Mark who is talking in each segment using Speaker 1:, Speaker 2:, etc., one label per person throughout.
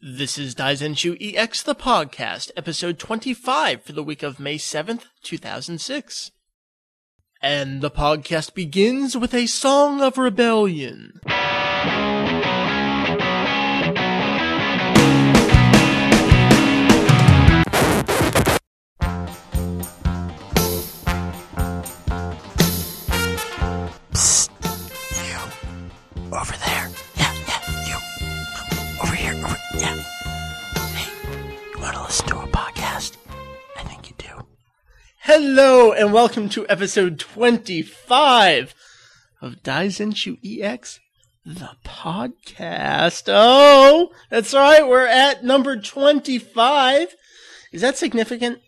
Speaker 1: This is Daizenshu EX the podcast, episode 25 for the week of May 7th, 2006. And the podcast begins with a song of rebellion.
Speaker 2: Psst. You. Over there. Yeah, yeah, you. Over here. Over, yeah. Hey, you want to listen to a podcast? I think you do.
Speaker 1: Hello and welcome to episode 25 of Daizenshu EX, the podcast. Oh, that's right. We're at number 25. Is that significant?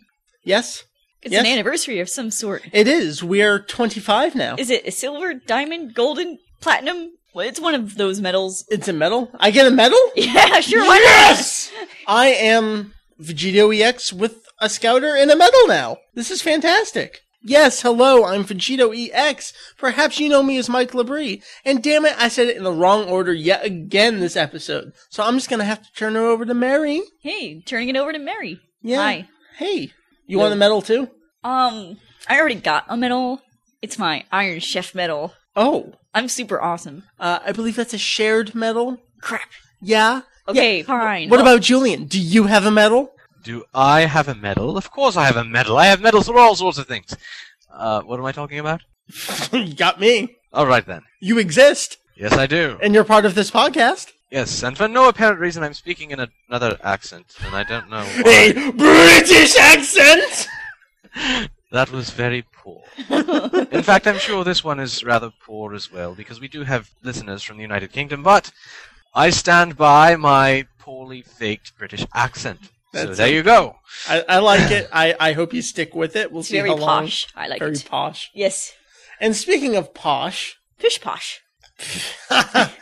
Speaker 1: Yes,
Speaker 3: It's
Speaker 1: Yes.
Speaker 3: an anniversary of some sort.
Speaker 1: it is. We are 25 now.
Speaker 3: Is it a silver, diamond, golden, platinum? Well, it's one of those metals.
Speaker 1: It's a medal. I get a medal?
Speaker 3: Yeah, sure. Why
Speaker 1: Yes! I am Vegito EX with a scouter and a medal now. This is fantastic. Yes, hello, I'm Vegito EX. Perhaps you know me as Mike Labrie. And damn it, I said it in the wrong order yet again this episode. So I'm just gonna have to turn her over to Mary.
Speaker 3: not? Hey, turning it over to Mary.
Speaker 1: Yeah.
Speaker 3: Hi.
Speaker 1: Hey, you want a medal too?
Speaker 3: Um, I already got a medal. It's my Iron Chef medal.
Speaker 1: Oh,
Speaker 3: I'm super awesome.
Speaker 1: uh, I believe that's a shared medal.
Speaker 3: Crap.
Speaker 1: Yeah.
Speaker 3: Okay, fine.
Speaker 1: What about Julian? Do you have a medal?
Speaker 4: Do I have a medal? Of course I have a medal. I have medals for all sorts of things. Uh, what am I talking about?
Speaker 1: you got me.
Speaker 4: All right then.
Speaker 1: You exist,
Speaker 4: Yes, I do.
Speaker 1: and you're part of this podcast.
Speaker 4: Yes, and for no apparent reason, I'm speaking in a- another accent, and I don't know why.
Speaker 1: a British accent.
Speaker 4: that was very poor. in fact, I'm sure this one is rather poor as well, because we do have listeners from the United Kingdom. But I stand by my poorly faked British accent. so
Speaker 1: That's
Speaker 4: there you go.
Speaker 1: I, I like it. I, I hope you stick with it. We'll
Speaker 3: It's
Speaker 1: see
Speaker 3: very
Speaker 1: how long.
Speaker 3: posh. I like
Speaker 1: very
Speaker 3: it.
Speaker 1: posh.
Speaker 3: yes.
Speaker 1: And speaking of posh,
Speaker 3: Fish posh.
Speaker 1: I,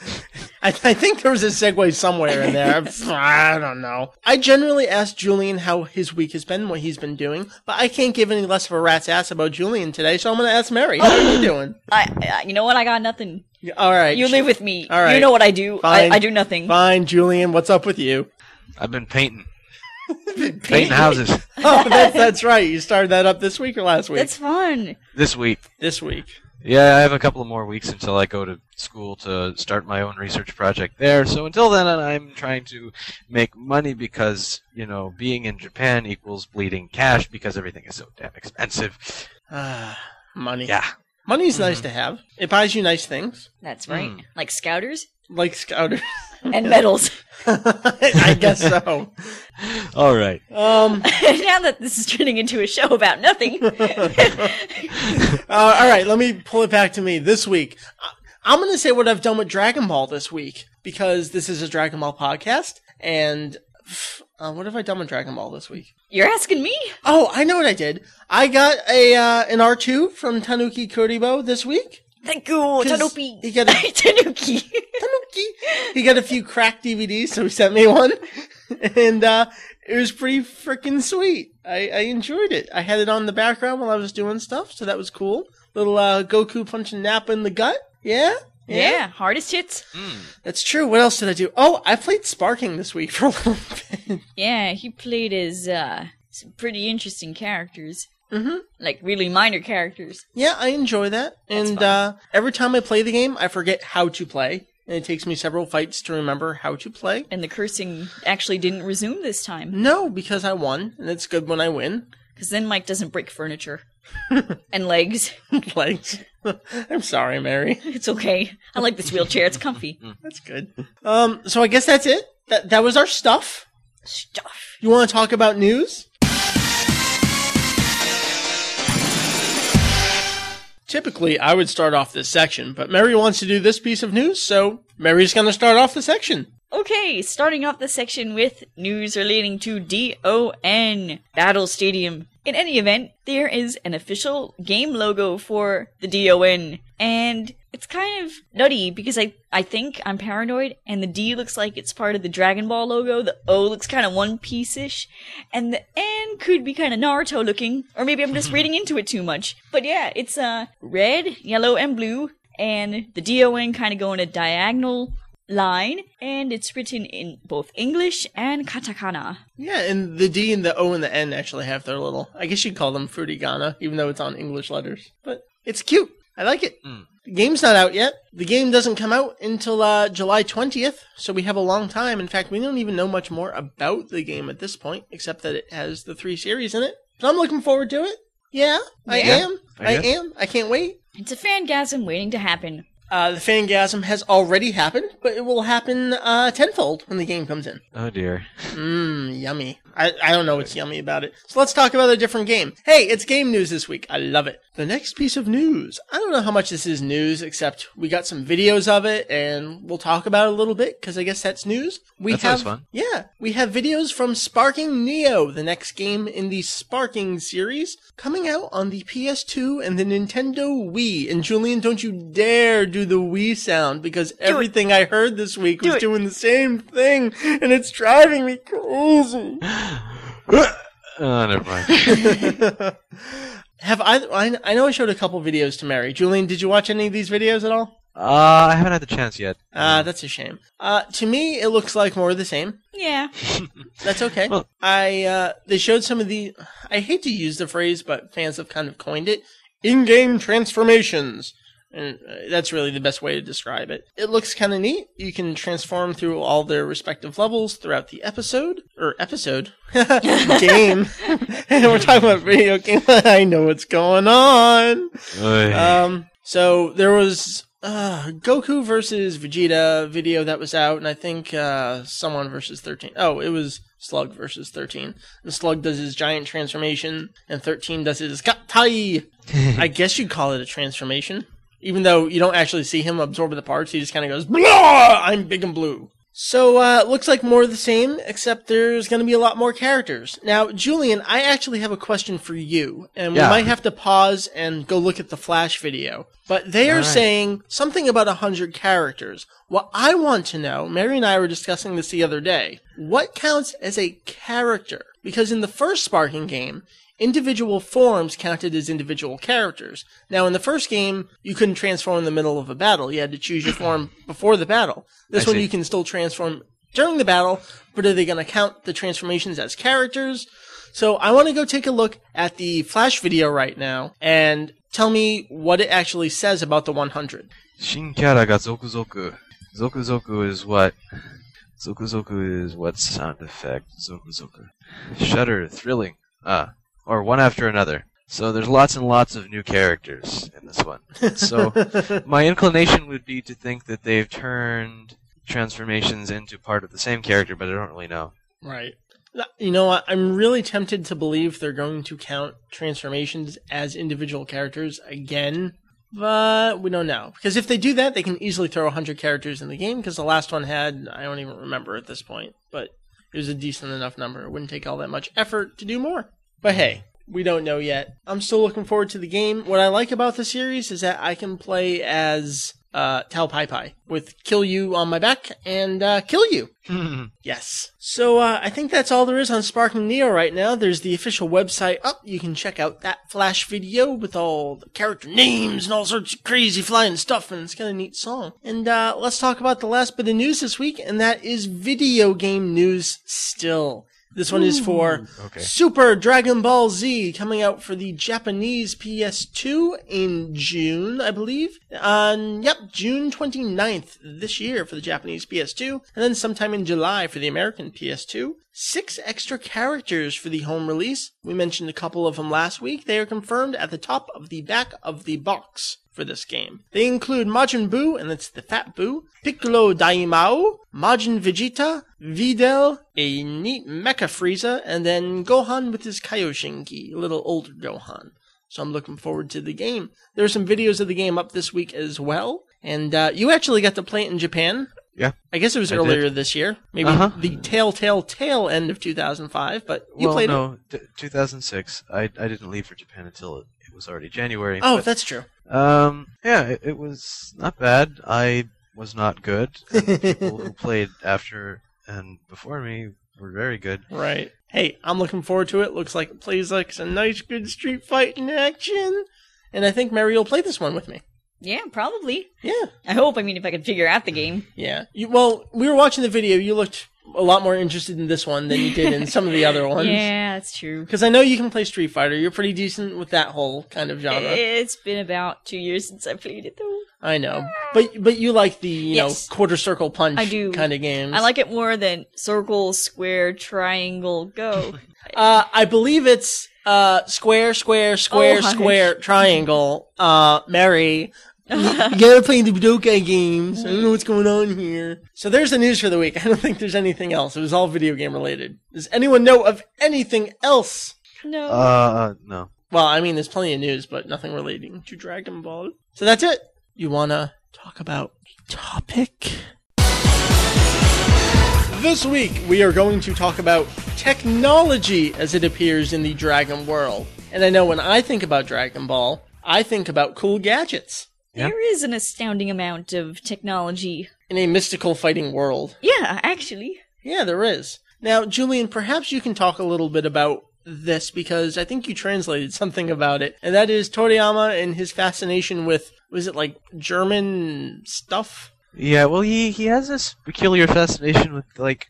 Speaker 1: I think there was a segue somewhere in there. I don't know. I generally ask Julian how his week has been, what he's been doing, but I can't give any less of a rat's ass about Julian today, so I'm going to ask Mary. How are you doing?
Speaker 3: I, I, you know what? I got nothing.
Speaker 1: All right.
Speaker 3: You live with me.
Speaker 1: All right.
Speaker 3: You know what I do. I,
Speaker 1: Fine.
Speaker 3: I do nothing.
Speaker 1: Fine, Julian. What's up with you?
Speaker 4: I've been painting, painting houses
Speaker 1: Oh, that's, that's right. You started that up this week or last week?
Speaker 3: That's fun.
Speaker 4: this week.
Speaker 1: this week.
Speaker 4: Yeah, I have a couple of more weeks until I go to school to start my own research project there. So until then, I'm trying to make money because, you know, being in Japan equals bleeding cash because everything is so damn expensive.
Speaker 1: Ah, money.
Speaker 4: Yeah.
Speaker 1: Money's nice to have. It buys you nice things,
Speaker 3: That's right.
Speaker 1: Hmm.
Speaker 4: Mm.
Speaker 3: Like scouters
Speaker 1: like scouters.
Speaker 3: and medals.
Speaker 1: I guess so.
Speaker 4: All right.
Speaker 1: Um, uh,
Speaker 3: now that this is turning into a show about nothing,
Speaker 1: all right, let me pull it back to me this week. I- I'm going to say what I've done with Dragon Ball this week because this is a Dragon Ball podcast. And pff, uh, what have I done with Dragon Ball this week?
Speaker 3: you're asking me?
Speaker 1: Oh, I know what I did. I got a uh, an R two from Tanuki Kuribo this week.
Speaker 3: Thank you,
Speaker 1: 'Cause
Speaker 3: Tanuki.
Speaker 1: he got a-
Speaker 3: Tanuki.
Speaker 1: Tanuki. He got a few cracked DVDs, so he sent me one, and uh, it was pretty freaking sweet. I, I enjoyed it. I had it on the background while I was doing stuff, so that was cool. Little uh, Goku punching Nappa in the gut. Yeah,
Speaker 3: yeah. hardest hits.
Speaker 1: that's true. What else did I do? Oh, I played Sparking this week for a little bit.
Speaker 3: Yeah, he played as uh, some pretty interesting characters,
Speaker 1: hmm
Speaker 3: like really minor characters.
Speaker 1: Yeah, I enjoy that. And
Speaker 3: fun.
Speaker 1: uh, every time I play the game, I forget how to play, and it takes me several fights to remember how to play.
Speaker 3: And the cursing actually didn't resume this time,
Speaker 1: No, because I won, and it's good when I win.
Speaker 3: because then Mike doesn't break furniture and legs.
Speaker 1: Legs. I'm sorry, Mary.
Speaker 3: It's okay. I like this wheelchair. It's comfy.
Speaker 1: That's good. Um, so I guess that's it. That that was our stuff.
Speaker 3: Stuff.
Speaker 1: You want to talk about news? Typically, I would start off this section, but Mary wants to do this piece of news, so Mary's going to start off the section.
Speaker 3: Okay, starting off the section with news relating to DON Battle Stadium. In any event, there is an official game logo for the DON, and it's kind of nutty because I, I think I'm paranoid, and the D looks like it's part of the Dragon Ball logo, the O looks kind of One Piece ish, and the N could be kind of Naruto looking, or maybe I'm just reading into it too much. But yeah, it's uh, red, yellow, and blue, and the DON kind of going a diagonal line, and it's written in both English and katakana.
Speaker 1: Yeah, and the D and the O and the N actually have their little. I guess you'd call them frutigana, even though it's on English letters. But it's cute. I like it.
Speaker 4: Mm.
Speaker 1: The game's not out yet. The game doesn't come out until uh, July 20th, so we have a long time. In fact, we don't even know much more about the game at this point, except that it has the three series in it. So I'm looking forward to it. Yeah, I
Speaker 4: Yeah,
Speaker 1: am.
Speaker 4: I
Speaker 1: I
Speaker 4: guess.
Speaker 1: am. I can't wait.
Speaker 3: It's a fangasm waiting to happen.
Speaker 1: Uh, the fangasm has already happened, but it will happen uh, tenfold when the game comes in.
Speaker 4: Oh dear.
Speaker 1: Mmm, yummy. I, I don't know what's yummy about it. So let's talk about a different game. Hey, it's game news this week. I love it. The next piece of news. I don't know how much this is news, except we got some videos of it and we'll talk about it a little bit because I guess that's news. We
Speaker 4: That
Speaker 1: have
Speaker 4: sounds fun.
Speaker 1: yeah, we have videos from Sparking Neo, the next game in the Sparking series, coming out on the PS2 and the Nintendo Wii. And Julian, don't you dare do the Wii sound because everything I heard this week was
Speaker 3: it.
Speaker 1: doing the same thing, and it's driving me crazy.
Speaker 4: oh, never mind.
Speaker 1: have I, I? I know I showed a couple videos to Mary. Julian, did you watch any of these videos at all?
Speaker 4: Uh, I haven't had the chance yet.
Speaker 1: Ah, that's a shame. Uh, to me, it looks like more of the same.
Speaker 3: Yeah.
Speaker 1: That's okay.
Speaker 4: Well-
Speaker 1: I uh, they showed some of the. I hate to use the phrase, but fans have kind of coined it: in-game transformations, and uh, that's really the best way to describe it. It looks kind of neat. You can transform through all their respective levels throughout the episode or episode game. We're talking about video game. I know what's going on.
Speaker 4: Oy.
Speaker 1: Um, so there was uh, Goku versus Vegeta video that was out, and I think uh, someone versus thirteen. Oh, it was Slug versus thirteen. And Slug does his giant transformation, and thirteen does his Kattai. I guess you'd call it a transformation, even though you don't actually see him absorb the parts. He just kind of goes, "Blah! I'm big and blue." So uh, it looks like more of the same, except there's going to be a lot more characters. Now, Julian, I actually have a question for you, and we
Speaker 4: Yeah.
Speaker 1: might have to pause and go look at the Flash video. But they are
Speaker 4: All right.
Speaker 1: saying something about 100 characters. What I want to know, Mary and I were discussing this the other day, what counts as a character? Because in the first Sparking game, individual forms counted as individual characters. Now, in the first game, you couldn't transform in the middle of a battle. You had to choose your form before the battle. This
Speaker 4: I
Speaker 1: one,
Speaker 4: see.
Speaker 1: you can still transform during the battle, but are they going to count the transformations as characters? So I want to go take a look at the Flash video right now and tell me what it actually says about the 100.
Speaker 4: Shin Kara ga Zoku Zoku. Zoku Zoku is what? Zoku Zoku is what sound effect? Zoku Zoku. Shudder, thrilling. Ah, or one after another. So there's lots and lots of new characters in this one. So my inclination would be to think that they've turned transformations into part of the same character, but I don't really know.
Speaker 1: Right. You know what? I'm really tempted to believe they're going to count transformations as individual characters again, but we don't know. Because if they do that, they can easily throw 100 characters in the game, because the last one had, I don't even remember at this point, but it was a decent enough number. It wouldn't take all that much effort to do more. But hey, we don't know yet. I'm still looking forward to the game. What I like about the series is that I can play as uh, Tal Pai Pai with Kill You on my back and uh, Kill You. Yes. So uh, I think that's all there is on Sparking Neo right now. There's the official website up. You can check out that Flash video with all the character names and all sorts of crazy flying stuff, and it's got a neat song. And uh, let's talk about the last bit of news this week, and that is video game news still. This one is for
Speaker 4: okay.
Speaker 1: Super Dragon Ball Z coming out for the Japanese PS2 in June, I believe. On, yep, June 29th this year for the Japanese PS2, and then sometime in July for the American PS2. Six extra characters for the home release. We mentioned a couple of them last week. They are confirmed at the top of the back of the box for this game. They include Majin Buu, and that's the Fat Buu, Piccolo Daimao, Majin Vegeta, Videl, a neat Mecha Frieza, and then Gohan with his Kaioshinki, a little older Gohan. So I'm looking forward to the game. There are some videos of the game up this week as well, and uh, you actually got to play it in Japan.
Speaker 4: Yeah.
Speaker 1: I guess it was
Speaker 4: I did.
Speaker 1: earlier this year, maybe
Speaker 4: Uh-huh.
Speaker 1: the Telltale Tale end of 2005, but you
Speaker 4: well,
Speaker 1: played it.
Speaker 4: no, d- 2006. I, I didn't leave for Japan until it, it was already January.
Speaker 1: Oh,
Speaker 4: but-
Speaker 1: that's true.
Speaker 4: Um, yeah, it, it was not bad. I was not good. And people who played after and before me were very good.
Speaker 1: Right. Hey, I'm looking forward to it. Looks like it plays like some nice, good street fighting action. And I think Mary will play this one with me.
Speaker 3: Yeah, probably.
Speaker 1: Yeah.
Speaker 3: I hope. I mean, if I can figure out the game.
Speaker 1: Yeah. You, well, we were watching the video. You looked a lot more interested in this one than you did in some of the other ones.
Speaker 3: Yeah, that's true.
Speaker 1: Because I know you can play Street Fighter. You're pretty decent with that whole kind of genre.
Speaker 3: It's been about two years since I played it, though.
Speaker 1: I know, but but you like the you
Speaker 3: Yes.
Speaker 1: know quarter circle punch
Speaker 3: I do.
Speaker 1: kind of games.
Speaker 3: I like it more than circle, square, triangle, go.
Speaker 1: Uh, I believe it's uh square, square, square,
Speaker 3: Oh, hush.
Speaker 1: square, triangle. Uh, Mary, you gotta play the Budokai games. I don't know what's going on here. So there's the news for the week. I don't think there's anything else. It was all video game related. Does anyone know of anything else?
Speaker 3: no.
Speaker 4: Uh, no.
Speaker 1: Well, I mean, there's plenty of news, but nothing relating to Dragon Ball. So that's it. You wanna talk about a topic? This week, we are going to talk about technology as it appears in the Dragon World. And I know when I think about Dragon Ball, I think about cool gadgets
Speaker 4: Yeah.
Speaker 3: There is an astounding amount of technology.
Speaker 1: in a mystical fighting world.
Speaker 3: Yeah, actually.
Speaker 1: Yeah, there is. Now, Julian, perhaps you can talk a little bit about this because I think you translated something about it, and that is Toriyama and his fascination with was it like German stuff?
Speaker 4: Yeah, well, he he has this peculiar fascination with like,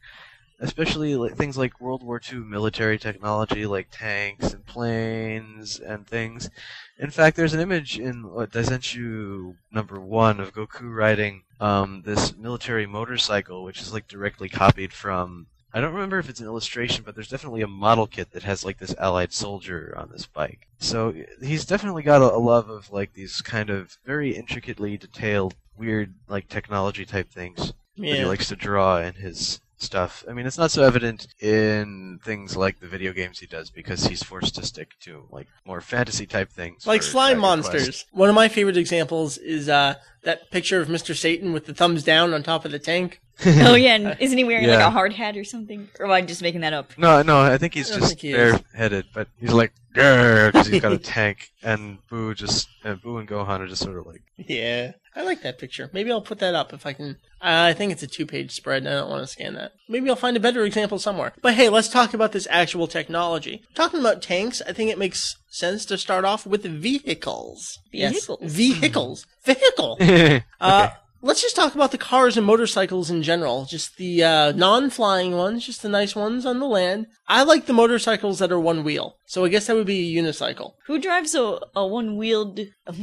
Speaker 4: especially like, things like World War II military technology, like tanks and planes and things. In fact, there's an image in uh, Daisenshu number one of Goku riding um, this military motorcycle, which is like directly copied from. I don't remember if it's an illustration, but there's definitely a model kit that has like this allied soldier on this bike. So he's definitely got a, a love of like these kind of very intricately detailed, weird like technology type things that he likes to draw in his stuff. I mean, it's not so evident in things like the video games he does because he's forced to stick to like more fantasy type things,
Speaker 1: Like
Speaker 4: for
Speaker 1: slime
Speaker 4: Dragon
Speaker 1: monsters.
Speaker 4: Quest.
Speaker 1: One of my favorite examples is uh, that picture of Mr. Satan with the thumbs down on top of the tank.
Speaker 3: Oh, yeah, and isn't he wearing like
Speaker 4: Yeah.
Speaker 3: a hard hat or something? Or am I just making that up?
Speaker 4: No, no, I think he's
Speaker 1: I don't
Speaker 4: just
Speaker 1: think he is.
Speaker 4: bareheaded, but he's like because he's got a tank, and Boo just uh, Boo and Gohan are just sort of like
Speaker 1: Yeah. I like that picture. Maybe I'll put that up if I can. I think it's a two page spread and I don't want to scan that. Maybe I'll find a better example somewhere. But hey, let's talk about this actual technology. Talking about tanks, I think it makes sense to start off with vehicles.
Speaker 3: Vehicles. Hmm.
Speaker 1: Yes, vehicles. Vehicle. Uh, let's just talk about the cars and motorcycles in general. Just the uh, non-flying ones, just the nice ones on the land. I like the motorcycles that are one wheel. So I guess that would be a unicycle.
Speaker 3: Who drives a, a one wheeled.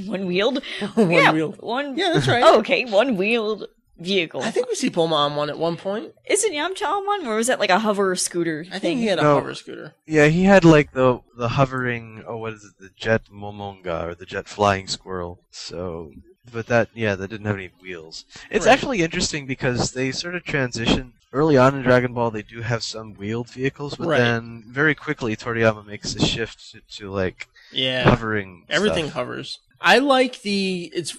Speaker 3: One wheeled?
Speaker 1: one
Speaker 3: yeah,
Speaker 1: wheel.
Speaker 3: One.
Speaker 1: Yeah, that's right.
Speaker 3: Oh, okay, one wheeled vehicle.
Speaker 1: I think we see Bulma on one at one point.
Speaker 3: Isn't Yamcha on one, or was that like a hover scooter?
Speaker 1: I
Speaker 3: thing?
Speaker 1: think he had a
Speaker 4: No.
Speaker 1: hover scooter.
Speaker 4: Yeah, he had like the the hovering oh what is it the jet momonga or the jet flying squirrel. So, but that yeah that didn't have any wheels. It's
Speaker 1: Right.
Speaker 4: actually interesting because they sort of transition early on in Dragon Ball. They do have some wheeled vehicles, but
Speaker 1: Right.
Speaker 4: then very quickly Toriyama makes a shift to, to like
Speaker 1: Yeah,
Speaker 4: hovering.
Speaker 1: everything
Speaker 4: stuff.
Speaker 1: hovers. I like the it's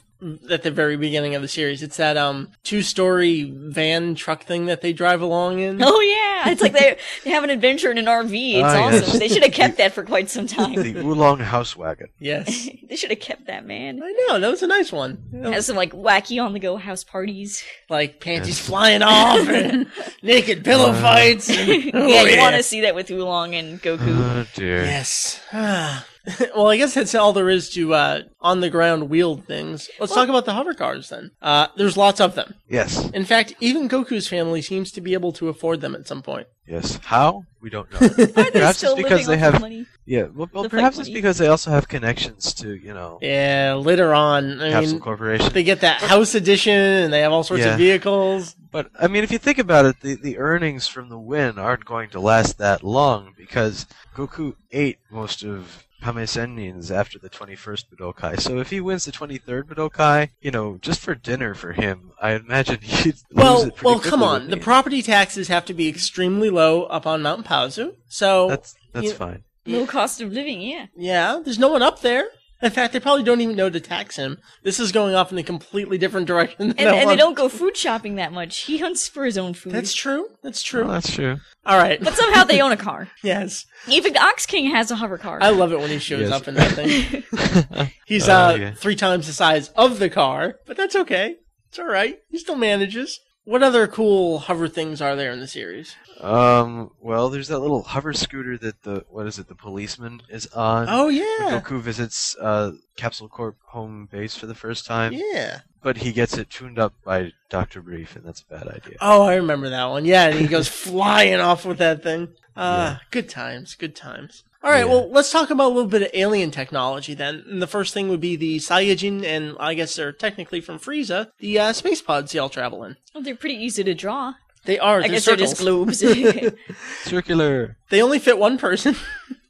Speaker 1: at the very beginning of the series. It's that um two story van truck thing that they drive along in.
Speaker 3: Oh yeah, it's like they they have an adventure in an RV. It's
Speaker 4: Ah, yes.
Speaker 3: awesome. They should have kept that for quite some time.
Speaker 4: The oolong house wagon.
Speaker 1: Yes,
Speaker 3: they should have kept that man.
Speaker 1: I know that was a nice one.
Speaker 3: Have some like wacky on the go house parties.
Speaker 1: Like panties
Speaker 4: Yes.
Speaker 1: flying off and naked pillow
Speaker 4: Uh.
Speaker 1: fights. and- oh,
Speaker 3: yeah, you want to see that with Oolong and Goku.
Speaker 4: Oh dear.
Speaker 1: Yes. Ah. well, I guess that's all there is to uh, on the ground wheeled things. Let's talk about the hover cars then. Uh, there's lots of them.
Speaker 4: Yes.
Speaker 1: In fact, even Goku's family seems to be able to afford them at some point.
Speaker 4: Yes. How we don't know.
Speaker 3: Are they
Speaker 4: Perhaps
Speaker 3: still
Speaker 4: it's
Speaker 3: living
Speaker 4: because they
Speaker 3: off of
Speaker 4: have
Speaker 3: money?
Speaker 4: yeah. Well, well
Speaker 3: The
Speaker 4: perhaps
Speaker 3: fake
Speaker 4: it's
Speaker 3: money.
Speaker 4: because they also have connections to you know
Speaker 1: Yeah, later on, I
Speaker 4: capsule
Speaker 1: mean,
Speaker 4: corporation.
Speaker 1: they get that house edition, and they have all sorts
Speaker 4: Yeah.
Speaker 1: of vehicles.
Speaker 4: But I mean, if you think about it, the, the earnings from the win aren't going to last that long because Goku ate most of Pamesennins after the 21st Budokai. So if he wins the 23rd Budokai, you know, just for dinner for him, I imagine he'd lose
Speaker 1: Well,
Speaker 4: it pretty
Speaker 1: well,
Speaker 4: quickly,
Speaker 1: come on.
Speaker 4: wouldn't
Speaker 1: The
Speaker 4: he?
Speaker 1: property taxes have to be extremely low up on Mount Pazu. So
Speaker 4: that's that's
Speaker 1: you-
Speaker 4: fine.
Speaker 3: Low cost of living. Yeah,
Speaker 1: yeah, there's no one up there. In fact, they probably don't even know to tax him. This is going off in a completely different direction. Than
Speaker 3: and,
Speaker 1: I
Speaker 3: and they
Speaker 1: want.
Speaker 3: don't go food shopping that much. He hunts for his own food.
Speaker 1: That's true. That's true.
Speaker 4: Well, that's true.
Speaker 1: all right.
Speaker 3: but somehow they own a car.
Speaker 1: yes,
Speaker 3: Even Ox King has a hover car.
Speaker 1: I love it when he shows
Speaker 4: Yes.
Speaker 1: up in that thing. He's uh,
Speaker 4: Uh, yeah.
Speaker 1: three times the size of the car, but that's okay. It's all right. He still manages. What other cool hover things are there in the series?
Speaker 4: Um, well, there's that little hover scooter that the what is it? The policeman is on.
Speaker 1: Oh
Speaker 4: when
Speaker 1: yeah,
Speaker 4: Goku visits uh, Capsule Corp home base for the first time,
Speaker 1: yeah.
Speaker 4: but he gets it tuned up by Doctor Brief, and that's a bad idea.
Speaker 1: Oh, I remember that one. Yeah, and he goes flying off with that thing. Uh, Good times, good times. All right,
Speaker 4: Yeah.
Speaker 1: well, let's talk about a little bit of alien technology then. And the first thing would be the Saiyajin, and I guess they're technically from Frieza, the uh, space pods y'all travel in.
Speaker 3: Well, they're pretty easy to draw.
Speaker 1: They are.
Speaker 3: I
Speaker 1: they're
Speaker 3: guess
Speaker 1: circles.
Speaker 3: they're just globes.
Speaker 4: Circular.
Speaker 1: They only fit one person.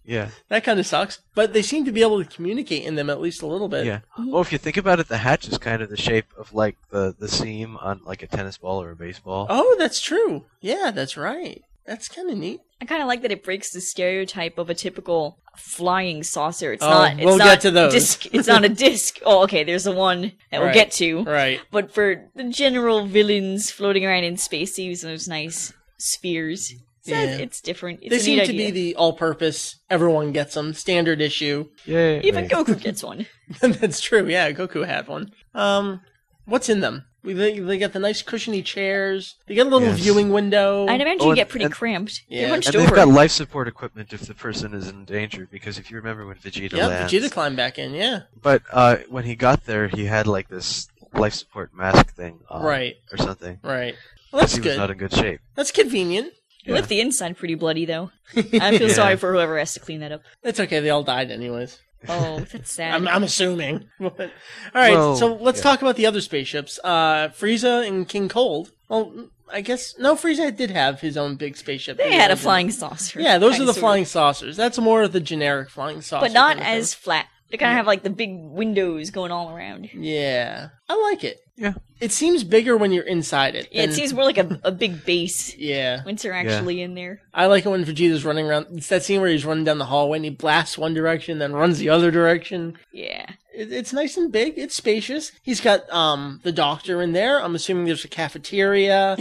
Speaker 4: Yeah,
Speaker 1: that kind of sucks. But they seem to be able to communicate in them at least a little bit.
Speaker 4: yeah. Well, if you think about it, the hatch is kind of the shape of like the the seam on like a tennis ball or a baseball.
Speaker 1: Oh, that's true. Yeah, that's right. That's kind of neat.
Speaker 3: I kind of like that it breaks the stereotype of a typical flying saucer. It's
Speaker 1: Oh,
Speaker 3: not. It's
Speaker 1: we'll
Speaker 3: not
Speaker 1: get to those.
Speaker 3: Disc, it's not a disc. Oh, okay. There's the one that we'll
Speaker 1: Right.
Speaker 3: get to.
Speaker 1: Right.
Speaker 3: But for the general villains floating around in space, they use those nice spheres. So
Speaker 1: Yeah.
Speaker 3: it's different. It's
Speaker 1: they
Speaker 3: a
Speaker 1: seem
Speaker 3: neat
Speaker 1: to be
Speaker 3: idea.
Speaker 1: the all-purpose. Everyone gets them. Standard issue.
Speaker 4: Yay.
Speaker 3: Even Goku gets one.
Speaker 1: That's true. Yeah, Goku had one. Um, what's in them? We- They, they got the nice cushiony chairs. They got a little
Speaker 4: Yes.
Speaker 1: viewing window.
Speaker 3: I'd imagine
Speaker 4: Oh,
Speaker 3: you
Speaker 4: and-
Speaker 3: get pretty
Speaker 4: and-
Speaker 3: cramped.
Speaker 1: Yeah.
Speaker 3: You're hunched
Speaker 4: And they've
Speaker 3: over.
Speaker 4: got life support equipment if the person is in danger, because if you remember when Vegeta
Speaker 1: Yep,
Speaker 4: lands,
Speaker 1: Vegeta climbed back in. Yeah,
Speaker 4: but uh, when he got there, he had like this life support mask thing on,
Speaker 1: Right.
Speaker 4: or something.
Speaker 1: right. Well,
Speaker 4: 'cause
Speaker 1: that's
Speaker 4: he was
Speaker 1: good.
Speaker 4: not in good shape.
Speaker 1: That's convenient.
Speaker 3: They Left the inside pretty bloody though. I feel
Speaker 1: that's
Speaker 3: sorry for whoever has to clean that up.
Speaker 1: okay. They all died anyways.
Speaker 3: Oh, that's sad.
Speaker 1: I'm, I'm assuming. But- all right,
Speaker 4: Well,
Speaker 1: so let's
Speaker 4: yeah.
Speaker 1: talk about the other spaceships. Uh, Frieza and King Cold. Well, I guess no. Frieza did have his own big spaceship.
Speaker 3: they
Speaker 1: didn't
Speaker 3: had a
Speaker 1: they?
Speaker 3: flying saucer.
Speaker 1: Yeah, those are
Speaker 3: Kinda,
Speaker 1: the
Speaker 3: sorta.
Speaker 1: flying saucers. That's more of the generic flying saucer,
Speaker 3: but not
Speaker 1: kind of thing.
Speaker 3: as flat. They kind of have like the big windows going all around.
Speaker 1: Yeah, I like it.
Speaker 4: Yeah.
Speaker 1: it seems bigger when you're inside it.
Speaker 3: Yeah, it
Speaker 1: than-
Speaker 3: seems more like a, a big base
Speaker 1: Yeah,
Speaker 3: once they're actually in there.
Speaker 1: I like it when Vegeta's running around. It's that scene where he's running down the hallway and he blasts one direction, then runs the other direction.
Speaker 3: Yeah,
Speaker 1: It, it's nice and big. It's spacious. He's got um the doctor in there. I'm assuming there's a cafeteria.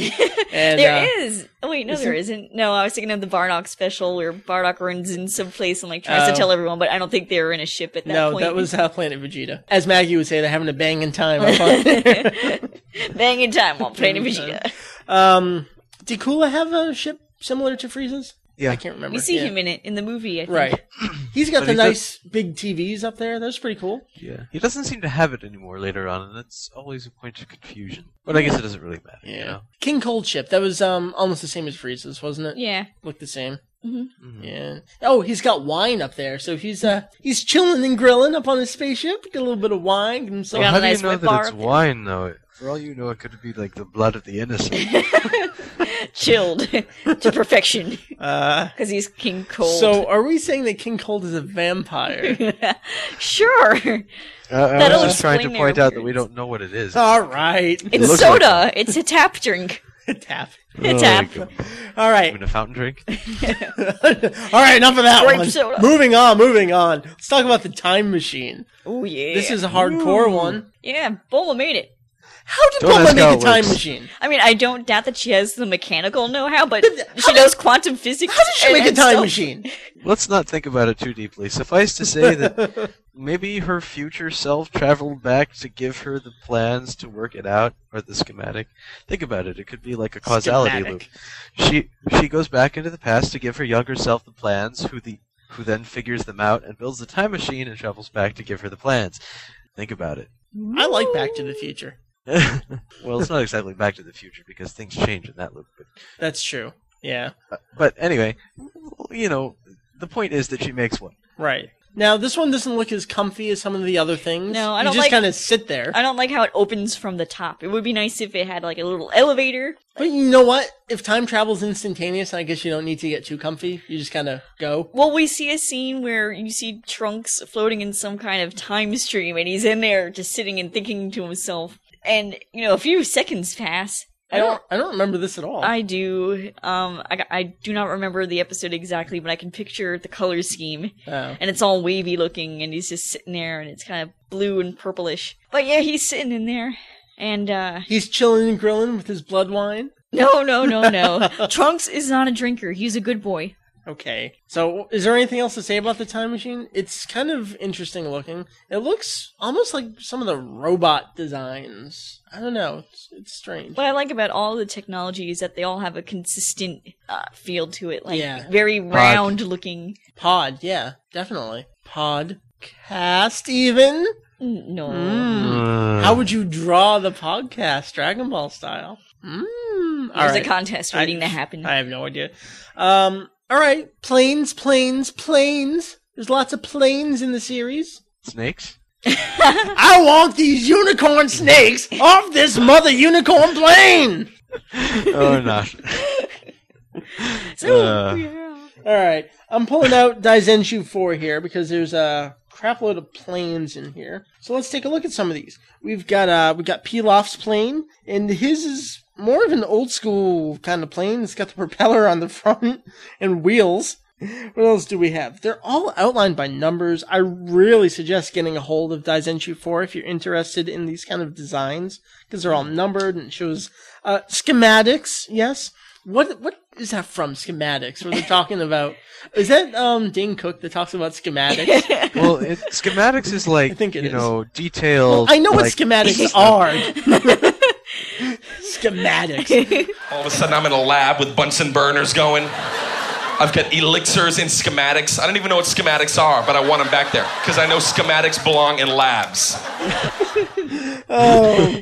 Speaker 1: and
Speaker 3: there
Speaker 1: uh,
Speaker 3: is. Oh wait, no,
Speaker 1: is
Speaker 3: there isn't. No, I was thinking of the Bardock special where Bardock runs in some place and like tries
Speaker 1: Oh.
Speaker 3: to tell everyone, but I don't think they were in a ship at that
Speaker 1: no,
Speaker 3: point.
Speaker 1: that was uh, Planet Vegeta. As Maggie would say, they're having a banging time. up on there.
Speaker 3: Bang in time on Planet Vegeta.
Speaker 1: um, did Kula have a ship similar to Frieza's?
Speaker 4: Yeah.
Speaker 1: I can't remember.
Speaker 3: We see
Speaker 1: Yeah.
Speaker 3: him in it in the movie. I think.
Speaker 1: Right. He's got
Speaker 4: But
Speaker 1: the
Speaker 4: he does-
Speaker 1: nice big TVs up there. That's pretty cool.
Speaker 4: Yeah. He doesn't seem to have it anymore later on, and that's always a point of confusion. But I guess it doesn't really matter. you know?
Speaker 1: King Cold ship. That was um almost the same as Frieza's, wasn't it?
Speaker 3: Yeah.
Speaker 1: Looked the same.
Speaker 4: Mhm.
Speaker 1: Yeah. Oh, he's got wine up there, so he's uh he's chilling and grilling up on his spaceship. Get a little bit of wine. Get himself.
Speaker 3: Yeah.
Speaker 4: Well,
Speaker 3: got
Speaker 4: how
Speaker 3: a nice
Speaker 4: do you know
Speaker 3: wet bar
Speaker 4: that it's
Speaker 3: up there.
Speaker 4: wine, though? For all you know, it could be like the blood of the innocent.
Speaker 3: Chilled to perfection
Speaker 1: Uh,
Speaker 3: because he's King Cold.
Speaker 1: so are we saying that King Cold is a vampire?
Speaker 3: sure.
Speaker 4: uh, I
Speaker 3: That'll
Speaker 4: was just trying to
Speaker 3: explain
Speaker 4: point
Speaker 3: their
Speaker 4: out that we
Speaker 3: appearance.
Speaker 4: don't know what it is.
Speaker 1: All right.
Speaker 3: It's
Speaker 4: looks like
Speaker 3: soda. it's a tap drink.
Speaker 1: Tap.
Speaker 3: It's
Speaker 4: Oh,
Speaker 3: app.
Speaker 4: like a-
Speaker 1: All right.
Speaker 4: Even a fountain drink?
Speaker 1: All right. Enough of that
Speaker 3: Grape
Speaker 1: one.
Speaker 3: soda.
Speaker 1: Moving on. Moving on. Let's talk about the time machine.
Speaker 3: Oh yeah.
Speaker 1: This is a hardcore one.
Speaker 3: yeah. Bola made it.
Speaker 1: How did
Speaker 4: Don't
Speaker 1: Bulma
Speaker 4: ask
Speaker 1: make
Speaker 4: how
Speaker 1: a
Speaker 4: it
Speaker 1: time
Speaker 4: works.
Speaker 1: machine?
Speaker 3: I mean, I don't doubt that she has the mechanical know-how, but
Speaker 1: But
Speaker 3: she knows quantum physics.
Speaker 1: How did she
Speaker 3: and-
Speaker 1: make a
Speaker 3: and
Speaker 1: time
Speaker 3: stuff.
Speaker 1: machine?
Speaker 4: Let's not think about it too deeply. Suffice to say that maybe her future self traveled back to give her the plans to work it out, or the schematic. Think about it; it could be like a causality
Speaker 1: Schematic.
Speaker 4: loop. She she goes back into the past to give her younger self the plans, who the who then figures them out and builds the time machine and travels back to give her the plans. Think about it.
Speaker 1: I like Back to the Future.
Speaker 4: well, it's not exactly Back to the Future because things change in that loop, but
Speaker 1: That's true. Yeah.
Speaker 4: but anyway, you know, the point is that she makes one.
Speaker 1: Right. Now this one doesn't look as comfy as some of the other things.
Speaker 3: No, I
Speaker 1: you
Speaker 3: don't
Speaker 1: just
Speaker 3: like-
Speaker 1: kind of sit there.
Speaker 3: I don't like how it opens from the top. It would be nice if it had like a little elevator.
Speaker 1: But you know what? If time travel's instantaneous, I guess you don't need to get too comfy. You just kind of go.
Speaker 3: Well, we see a scene where you see Trunks floating in some kind of time stream, and he's in there just sitting and thinking to himself. And you know, a few seconds pass.
Speaker 1: I don't. I don't remember this at all.
Speaker 3: I do. Um, I, I do not remember the episode exactly, but I can picture the color scheme.
Speaker 1: Oh.
Speaker 3: and it's all wavy looking and he's just sitting there and it's kind of blue and purplish but yeah he's sitting in there and uh
Speaker 1: He's chilling and grilling with his blood wine.
Speaker 3: no no no no trunks is not a drinker he's a good boy
Speaker 1: Okay. So, is there anything else to say about the time machine? It's kind of interesting looking. It looks almost like some of the robot designs. I don't know. It's, it's strange.
Speaker 3: What I like about all the technology is that they all have a consistent uh, feel to it, like
Speaker 1: Yeah.
Speaker 3: very round looking.
Speaker 1: Pod, yeah, definitely. Podcast, even?
Speaker 3: Mm, No,
Speaker 1: Mm. How would you draw the podcast, Dragon Ball style? Mm. All
Speaker 3: there's
Speaker 1: right.
Speaker 3: a contest
Speaker 1: I-
Speaker 3: waiting to happen.
Speaker 1: I have no idea. Um, all right. Planes, planes, planes. There's lots of planes in the series.
Speaker 4: Snakes?
Speaker 1: I want these unicorn snakes off this mother unicorn plane.
Speaker 4: oh, not.
Speaker 3: so,
Speaker 4: Uh.
Speaker 3: yeah.
Speaker 1: All right, I'm pulling out Daizenshu 4 here because there's a crapload of planes in here. So let's take a look at some of these. We've got uh, we got Pilaf's plane, and his is more of an old school kind of plane. It's got the propeller on the front and wheels. What else do we have? They're all outlined by numbers. I really suggest getting a hold of Daizenshu 4 if you're interested in these kind of designs because they're all numbered and it shows uh, schematics. Yes, what what is that from? Schematics? What are they talking about? Is that um Dane Cook that talks about schematics?
Speaker 4: Well, it, schematics is like,
Speaker 1: I think it
Speaker 4: you
Speaker 1: is.
Speaker 4: know, detailed.
Speaker 1: I know what
Speaker 4: like-
Speaker 1: schematics are. schematics.
Speaker 5: All of a sudden, I'm in a lab with Bunsen burners going. I've got elixirs and schematics. I don't even know what schematics are, but I want them back there because I know schematics belong in labs.
Speaker 1: Oh,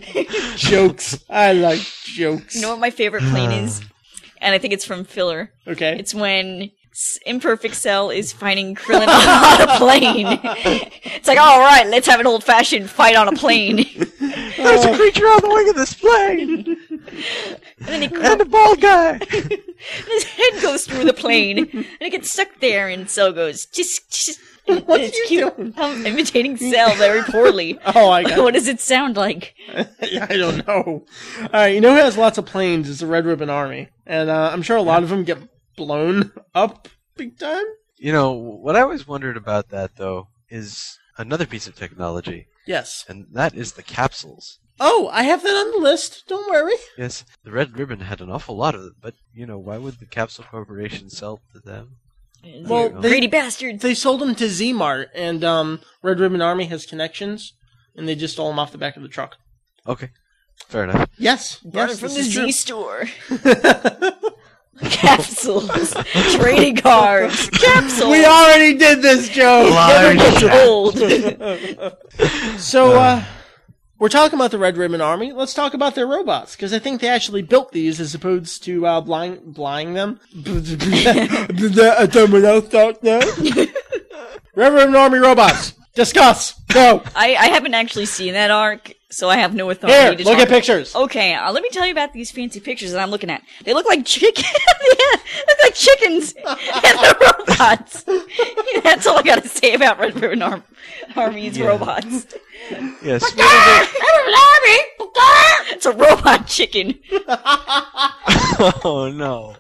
Speaker 1: jokes. I like jokes.
Speaker 3: you know what my favorite plane is, and I think it's from filler.
Speaker 1: Okay.
Speaker 3: It's when S- Imperfect Cell is fighting Krillin on a plane. it's like, all right, let's have an old fashioned fight on a plane. and
Speaker 4: There's
Speaker 1: Oh.
Speaker 4: a creature on the wing of this plane!
Speaker 3: then he,
Speaker 4: And a bald guy!
Speaker 3: his head goes through the plane, and it gets stuck there, and Cell goes, just, just.
Speaker 1: What
Speaker 3: it's
Speaker 1: are you
Speaker 3: cute.
Speaker 1: doing?
Speaker 3: I'm imitating Cell very poorly.
Speaker 1: oh, I got.
Speaker 3: what does it sound like?
Speaker 1: I don't know. All right, you know who has lots of planes is the Red Ribbon Army, and uh, I'm sure a lot of them get blown up big time.
Speaker 4: You know, what I always wondered about that, though, is another piece of technology,
Speaker 1: Yes.
Speaker 4: and that is the capsules.
Speaker 1: Oh, I have that on the list. Don't worry.
Speaker 4: Yes, the Red Ribbon had an awful lot of it, but, you know, why would the Capsule Corporation sell to them?
Speaker 1: Well,
Speaker 4: Yeah.
Speaker 1: they-
Speaker 3: greedy bastards.
Speaker 1: they sold them to Z Mart, and um, Red Ribbon Army has connections, and they just stole them off the back of the truck.
Speaker 4: Okay, fair enough.
Speaker 1: Yes,
Speaker 3: Brought
Speaker 1: yes,
Speaker 3: it from the
Speaker 1: this is
Speaker 3: Z
Speaker 1: true.
Speaker 3: store. Capsules, trading cards, capsules.
Speaker 1: We already did this, Joe.
Speaker 3: never gets old.
Speaker 1: So uh, we're talking about the Red Ribbon Army. Let's talk about their robots because I think they actually built these as opposed to uh, blind blying them. I done without thought now. Red Ribbon Army robots. Discuss. Go
Speaker 3: I, I haven't actually seen that arc, so I have no authority
Speaker 1: here.
Speaker 3: to
Speaker 1: Look
Speaker 3: talk-
Speaker 1: at pictures.
Speaker 3: Okay, uh, let me tell you about these fancy pictures that I'm looking at. They look like chicken. yeah, look like chickens and the robots. That's all I gotta say about Red Ribbon Arm- Army's robots.
Speaker 4: Yes,
Speaker 3: it's a robot chicken.
Speaker 4: Oh no.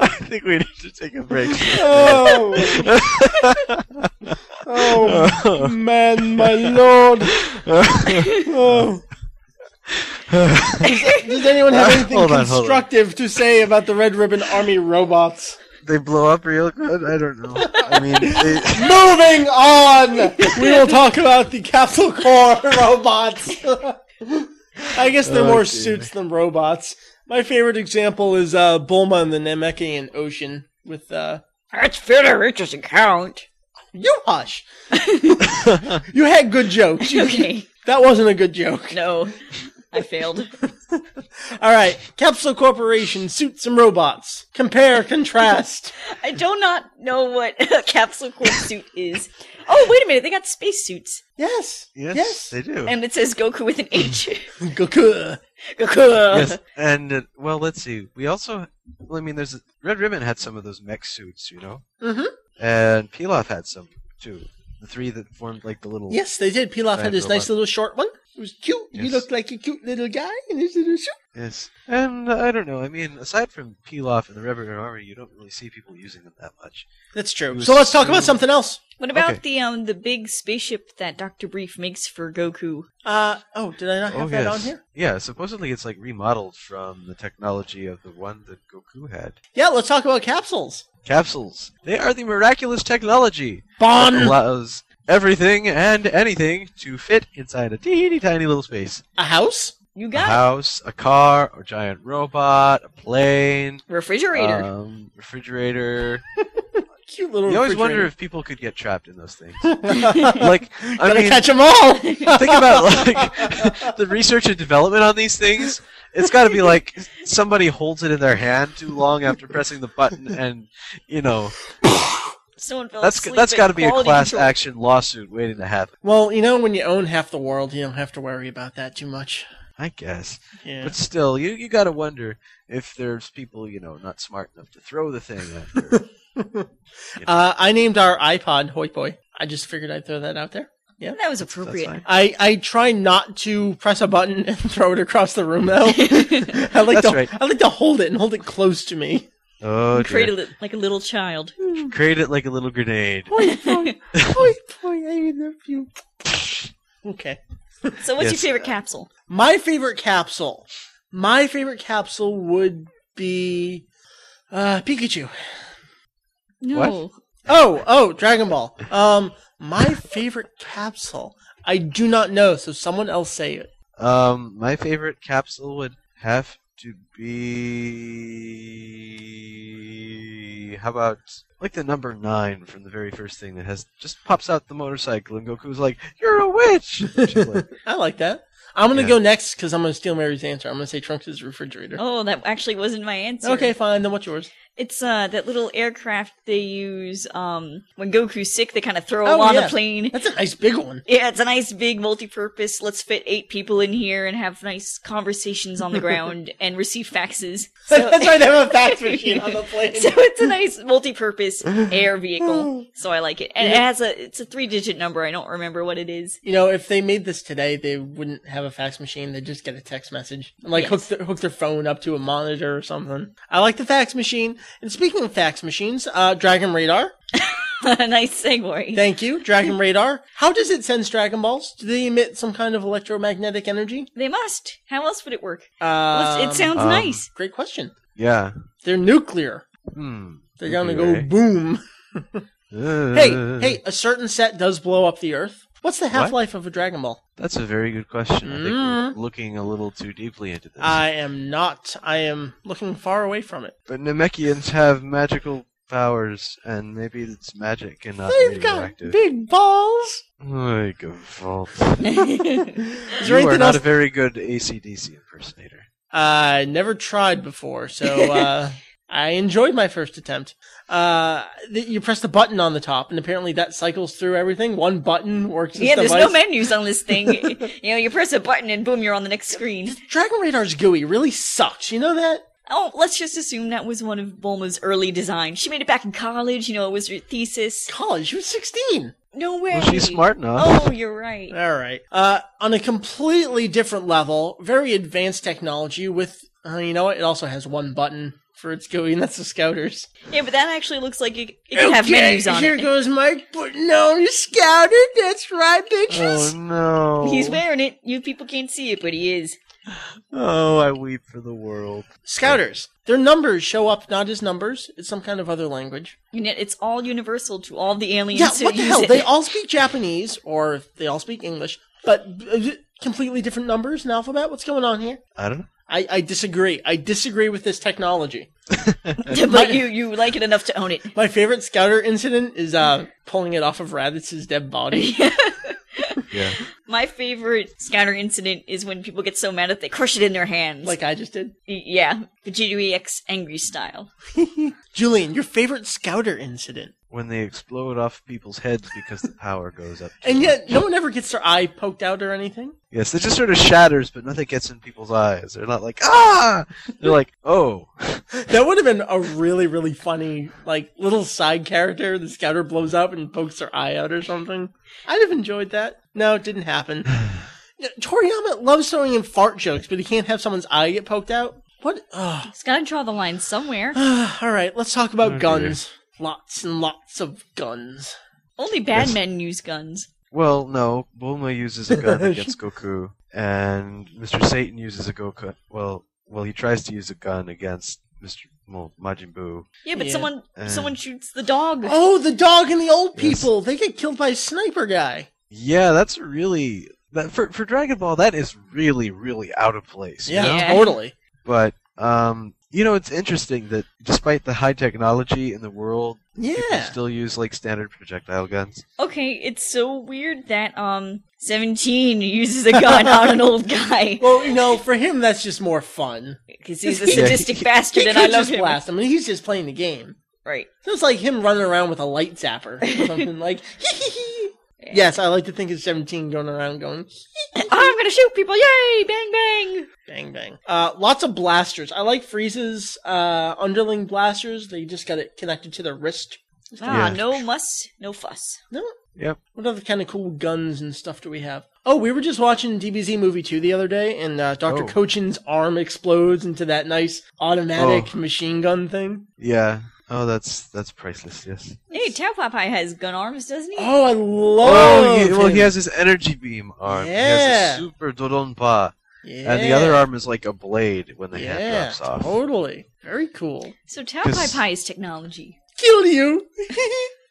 Speaker 4: I think we need to take a break.
Speaker 1: Oh. oh, man, my lord. Oh. does, does anyone have anything
Speaker 4: Hold on, hold on.
Speaker 1: constructive to say about the Red Ribbon Army robots?
Speaker 4: They blow up real good? I don't know. I mean, they,
Speaker 1: Moving on! We will talk about the Capsule Core robots. I guess they're more
Speaker 4: Okay.
Speaker 1: suits than robots. My favorite example is uh, Bulma and the Namekian Ocean with uh,
Speaker 3: That's Fiddler Richards' account.
Speaker 1: You hush. you had good jokes. You-
Speaker 3: Okay,
Speaker 1: That wasn't a good joke.
Speaker 3: no, I failed.
Speaker 1: All right. Capsule Corporation suits and robots. Compare, contrast.
Speaker 3: I do not know what a capsule core suit is. Oh, wait a minute, they got spacesuits.
Speaker 1: yes.
Speaker 4: yes,
Speaker 1: Yes.
Speaker 4: they do.
Speaker 3: And it says Goku with an H.
Speaker 1: Goku.
Speaker 3: Goku.
Speaker 4: yes, and uh, well, let's see. We also, well, I mean, there's Red Ribbon had some of those mech suits, you know,
Speaker 1: Mhm.
Speaker 4: and Pilaf had some too. The three that formed like the little
Speaker 1: Yes, they did. Pilaf had his nice little short one. It was cute. He
Speaker 4: Yes.
Speaker 1: looked like a cute little guy in his little suit.
Speaker 4: Yes, and uh, I don't know. I mean, aside from Pilaf and the Reverend Army, you don't really see people using them that much.
Speaker 1: That's true.
Speaker 4: was
Speaker 1: So let's talk about
Speaker 4: so-
Speaker 1: something else.
Speaker 3: What about
Speaker 4: Okay.
Speaker 3: the um the big spaceship that Doctor Brief makes for Goku?
Speaker 1: Uh oh, did I not have that
Speaker 4: yes.
Speaker 1: on here?
Speaker 4: Yeah, supposedly it's like remodeled from the technology of the one that Goku had.
Speaker 1: Yeah, let's talk about capsules.
Speaker 4: Capsules. They are the miraculous technology that
Speaker 1: Bon
Speaker 4: allows everything and anything to fit inside a teeny tiny little space.
Speaker 1: a house?
Speaker 3: You
Speaker 4: A
Speaker 3: got it.
Speaker 4: house, a car, a giant robot, a plane,
Speaker 3: refrigerator.
Speaker 4: um, refrigerator.
Speaker 1: Cute little
Speaker 4: You always wonder
Speaker 1: refrigerator.
Speaker 4: if people could get trapped in those things.
Speaker 1: Gotta
Speaker 4: Like, I mean,
Speaker 1: catch 'em all.
Speaker 4: think about like the research and development on these things. It's got to be like somebody holds it in their hand too long after pressing the button, and you know
Speaker 3: Someone fell
Speaker 4: that's
Speaker 3: asleep
Speaker 4: that's
Speaker 3: at
Speaker 4: got to be a
Speaker 3: quality
Speaker 4: class
Speaker 3: control.
Speaker 4: action lawsuit waiting to happen.
Speaker 1: well, you know when you own half the world, you don't have to worry about that too much.
Speaker 4: I guess,
Speaker 1: Yeah.
Speaker 4: but still, you you got to wonder if there's people you know not smart enough to throw the thing after.
Speaker 1: Uh, I named our iPod Hoi Boy. I just figured I'd throw that out there.
Speaker 3: That was
Speaker 4: that's
Speaker 3: appropriate.
Speaker 4: fine.
Speaker 1: I, I try not to press a button and throw it across the room
Speaker 4: Oh,
Speaker 1: though. I like
Speaker 4: That's
Speaker 1: to
Speaker 4: right.
Speaker 1: I like to hold it and hold it close to me.
Speaker 4: Oh,
Speaker 3: Create
Speaker 4: dear.
Speaker 3: a li- like a little child.
Speaker 4: create it like a little grenade.
Speaker 1: Hoi boy, hoi boy, I love you. Okay.
Speaker 3: So, what's
Speaker 4: Yes.
Speaker 3: your favorite capsule?
Speaker 1: My favorite capsule. My favorite capsule would be uh, Pikachu.
Speaker 3: No,
Speaker 1: Oh, oh, Dragon Ball. Um, my favorite capsule. I do not know, so someone else say it.
Speaker 4: Um, my favorite capsule would have to be how about like the number nine from the very first thing that has just pops out the motorcycle and Goku's like, "You're a witch." She's like,
Speaker 1: I like that. I'm gonna
Speaker 4: Yeah.
Speaker 1: go next because I'm gonna steal Mary's answer. I'm gonna say Trunks' refrigerator.
Speaker 3: Oh, that actually wasn't my answer.
Speaker 1: okay, fine. Then what's yours?
Speaker 3: It's uh that little aircraft they use um when Goku's sick they kind of throw
Speaker 1: Oh,
Speaker 3: him on
Speaker 1: yeah.
Speaker 3: the plane.
Speaker 1: That's a nice big one.
Speaker 3: Yeah, it's a nice big multi-purpose. Let's fit eight people in here and have nice conversations on the ground and receive faxes. So,
Speaker 1: That's why they have a fax machine on the plane.
Speaker 3: so it's a nice multi-purpose air vehicle. So I like it, and it has a it's a three-digit number. I don't remember what it is.
Speaker 1: you know, if they made this today, they wouldn't have a fax machine. They'd just get a text message. And, Like, hook, their, hook their phone up to a monitor or something. I like the fax machine. And speaking of fax machines, uh, Dragon Radar.
Speaker 3: nice segue.
Speaker 1: Thank you, Dragon Radar. How does it sense Dragon Balls? Do they emit some kind of electromagnetic energy?
Speaker 3: they must. How else would it work?
Speaker 1: Um,
Speaker 3: Let's- it sounds
Speaker 4: um,
Speaker 3: nice.
Speaker 1: Great question.
Speaker 4: yeah.
Speaker 1: They're nuclear.
Speaker 4: Hmm.
Speaker 1: They're gonna
Speaker 4: Okay.
Speaker 1: go boom.
Speaker 4: Uh,
Speaker 1: Hey, hey, a certain set does blow up the Earth. What's the half life of a Dragon Ball?
Speaker 4: That's a very good question. I think we're
Speaker 1: Mm.
Speaker 4: looking a little too deeply into this.
Speaker 1: I am not. I am looking far away from it.
Speaker 4: but Namekians have magical powers, and maybe it's magic and not
Speaker 1: They've got
Speaker 4: radioactive.
Speaker 1: big balls.
Speaker 4: Like a vault.
Speaker 1: Is
Speaker 4: You
Speaker 1: there
Speaker 4: are
Speaker 1: anything
Speaker 4: not
Speaker 1: else?
Speaker 4: a very good ACDC impersonator.
Speaker 1: I uh, never tried before, so uh, I enjoyed my first attempt. Uh, th- you press the button on the top, and apparently that cycles through everything. One button works. As
Speaker 3: yeah, there's
Speaker 1: device.
Speaker 3: no menus on this thing. you know, you press a button and boom, you're on the next screen.
Speaker 1: Dragon Radar's GUI really sucks. You know that?
Speaker 3: Oh, let's just assume that was one of Bulma's early designs. She made it back in college, you know, it was her thesis.
Speaker 1: College, she was sixteen.
Speaker 3: No way.
Speaker 4: Well, she's smart enough.
Speaker 3: Oh, you're right.
Speaker 1: All right. Uh, on a completely different level, very advanced technology. With uh, you know what? It also has one button for its GUI, and that's the Scouters.
Speaker 3: Yeah, but that actually looks like it, it could have
Speaker 1: Okay,
Speaker 3: menus on
Speaker 1: here
Speaker 3: it.
Speaker 1: goes my button on the Scouter. That's right, bitches.
Speaker 4: Oh no!
Speaker 3: He's wearing it. You people can't see it, but he is.
Speaker 4: Oh, I weep for the world.
Speaker 1: Scouters. Their numbers show up not as numbers. It's some kind of other language.
Speaker 3: And yet it's all universal to all the aliens
Speaker 1: Yeah,
Speaker 3: who
Speaker 1: what the
Speaker 3: use
Speaker 1: hell?
Speaker 3: it.
Speaker 1: They all speak Japanese, or they all speak English, but uh, completely different numbers and alphabet. What's going on here?
Speaker 4: I don't know.
Speaker 1: I, I disagree. I disagree with this technology.
Speaker 3: but you, you like it enough to own it.
Speaker 1: My favorite Scouter incident is uh, pulling it off of Raditz's dead body.
Speaker 4: Yeah.
Speaker 3: My favorite scanner incident is when people get so mad that they crush it in their hands.
Speaker 1: like I just did.
Speaker 3: Y- yeah, the GWEX angry style.
Speaker 1: Julian, your favorite Scouter incident.
Speaker 4: When they explode off people's heads because the power goes up. to
Speaker 1: And
Speaker 4: them.
Speaker 1: yet, no one ever gets their eye poked out or anything.
Speaker 4: yes, it just sort of shatters, but nothing gets in people's eyes. They're not like ah. They're like oh.
Speaker 1: That would have been a really, really funny, like, little side character. The scouter blows up and pokes her eye out or something. I'd have enjoyed that. No, it didn't happen. Toriyama loves throwing in fart jokes, but he can't have someone's eye get poked out. What? Ugh.
Speaker 3: He's got to draw the line somewhere.
Speaker 1: All right, let's talk about
Speaker 4: Oh, dear.
Speaker 1: guns. Lots and lots of guns.
Speaker 3: Only bad
Speaker 4: Yes.
Speaker 3: men use guns.
Speaker 4: Well, no. Bulma uses a gun against Goku, and Mr. Satan uses a Goku. Well, well, he tries to use a gun against Mr. Well, Majin Buu.
Speaker 3: Yeah, but
Speaker 1: Yeah.
Speaker 3: someone
Speaker 4: Uh.
Speaker 3: someone shoots the dog.
Speaker 1: Oh, the dog and the old
Speaker 4: Yes.
Speaker 1: people. They get killed by a sniper guy.
Speaker 4: Yeah, that's really that for for Dragon Ball. That is really really out of place. you know?
Speaker 3: Yeah.
Speaker 1: totally.
Speaker 4: But um, you know, it's interesting that despite the high technology in the world, people
Speaker 1: Yeah.
Speaker 4: still use like standard projectile guns.
Speaker 3: Okay, it's so weird that um 17 uses a gun on an old guy
Speaker 1: Well, you know, for him, that's just more fun.
Speaker 3: because he's
Speaker 1: Yeah,
Speaker 3: a
Speaker 1: he-
Speaker 3: sadistic bastard
Speaker 1: He
Speaker 3: and I
Speaker 1: could
Speaker 3: love
Speaker 1: just
Speaker 3: him.
Speaker 1: blast him, and he's just playing the game.
Speaker 3: Right.
Speaker 1: So it's like him running around with a light zapper or something like. yes, I like to think it's seventeen going around going
Speaker 3: Ah, I'm gonna shoot people! Yay! Bang bang!
Speaker 1: bang bang. Uh, lots of blasters. I like Frieza's uh, underling blasters. They just got it connected to their wrist.
Speaker 3: Ah,
Speaker 4: Yeah.
Speaker 3: no muss, no fuss.
Speaker 1: No.
Speaker 4: Yep.
Speaker 1: What other kind of cool guns and stuff do we have? Oh, we were just watching DBZ movie two the other day, and uh, Doctor
Speaker 4: Oh.
Speaker 1: Cochin's arm explodes into that nice automatic
Speaker 4: Oh.
Speaker 1: machine gun thing.
Speaker 4: Yeah. Oh, that's that's priceless. Yes.
Speaker 3: Hey, Tao Popeye has gun arms, doesn't he?
Speaker 1: Oh, I love.
Speaker 4: Oh, he, well,
Speaker 1: him.
Speaker 4: he has his energy beam arm. He
Speaker 1: Yeah.
Speaker 4: has a super Dodonpa.
Speaker 1: yeah.
Speaker 4: And the other arm is like a blade when the hand
Speaker 1: Yeah,
Speaker 4: drops off.
Speaker 1: totally. Very cool.
Speaker 3: So Tao
Speaker 4: 'Cause-
Speaker 3: Popeye is technology.
Speaker 1: Kill you.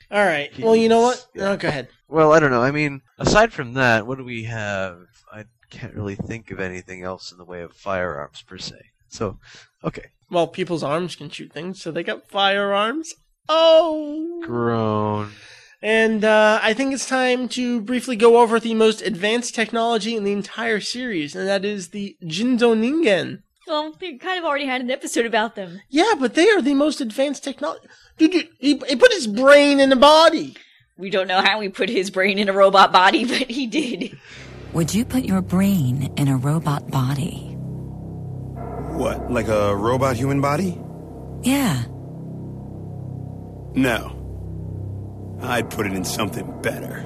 Speaker 1: All right. Well, you know what?
Speaker 4: Yeah.
Speaker 1: No, go ahead.
Speaker 4: Well, I don't know. I mean, aside from that, what do we have? I can't really think of anything else in the way of firearms per se. So, okay.
Speaker 1: Well, people's arms can shoot things, so they got firearms. Oh.
Speaker 4: Grown.
Speaker 1: And uh, I think it's time to briefly go over the most advanced technology in the entire series, and that is the Jindo Ningen.
Speaker 3: Well, we kind of already had an episode about them.
Speaker 1: Yeah, but they are the most advanced technology. Dude, dude, he, he put his brain in a body.
Speaker 3: We don't know how he put his brain in a robot body, but he did.
Speaker 6: Would you put your brain in a robot body?
Speaker 7: What, like a robot human body?
Speaker 6: Yeah.
Speaker 7: No. I'd put it in something better.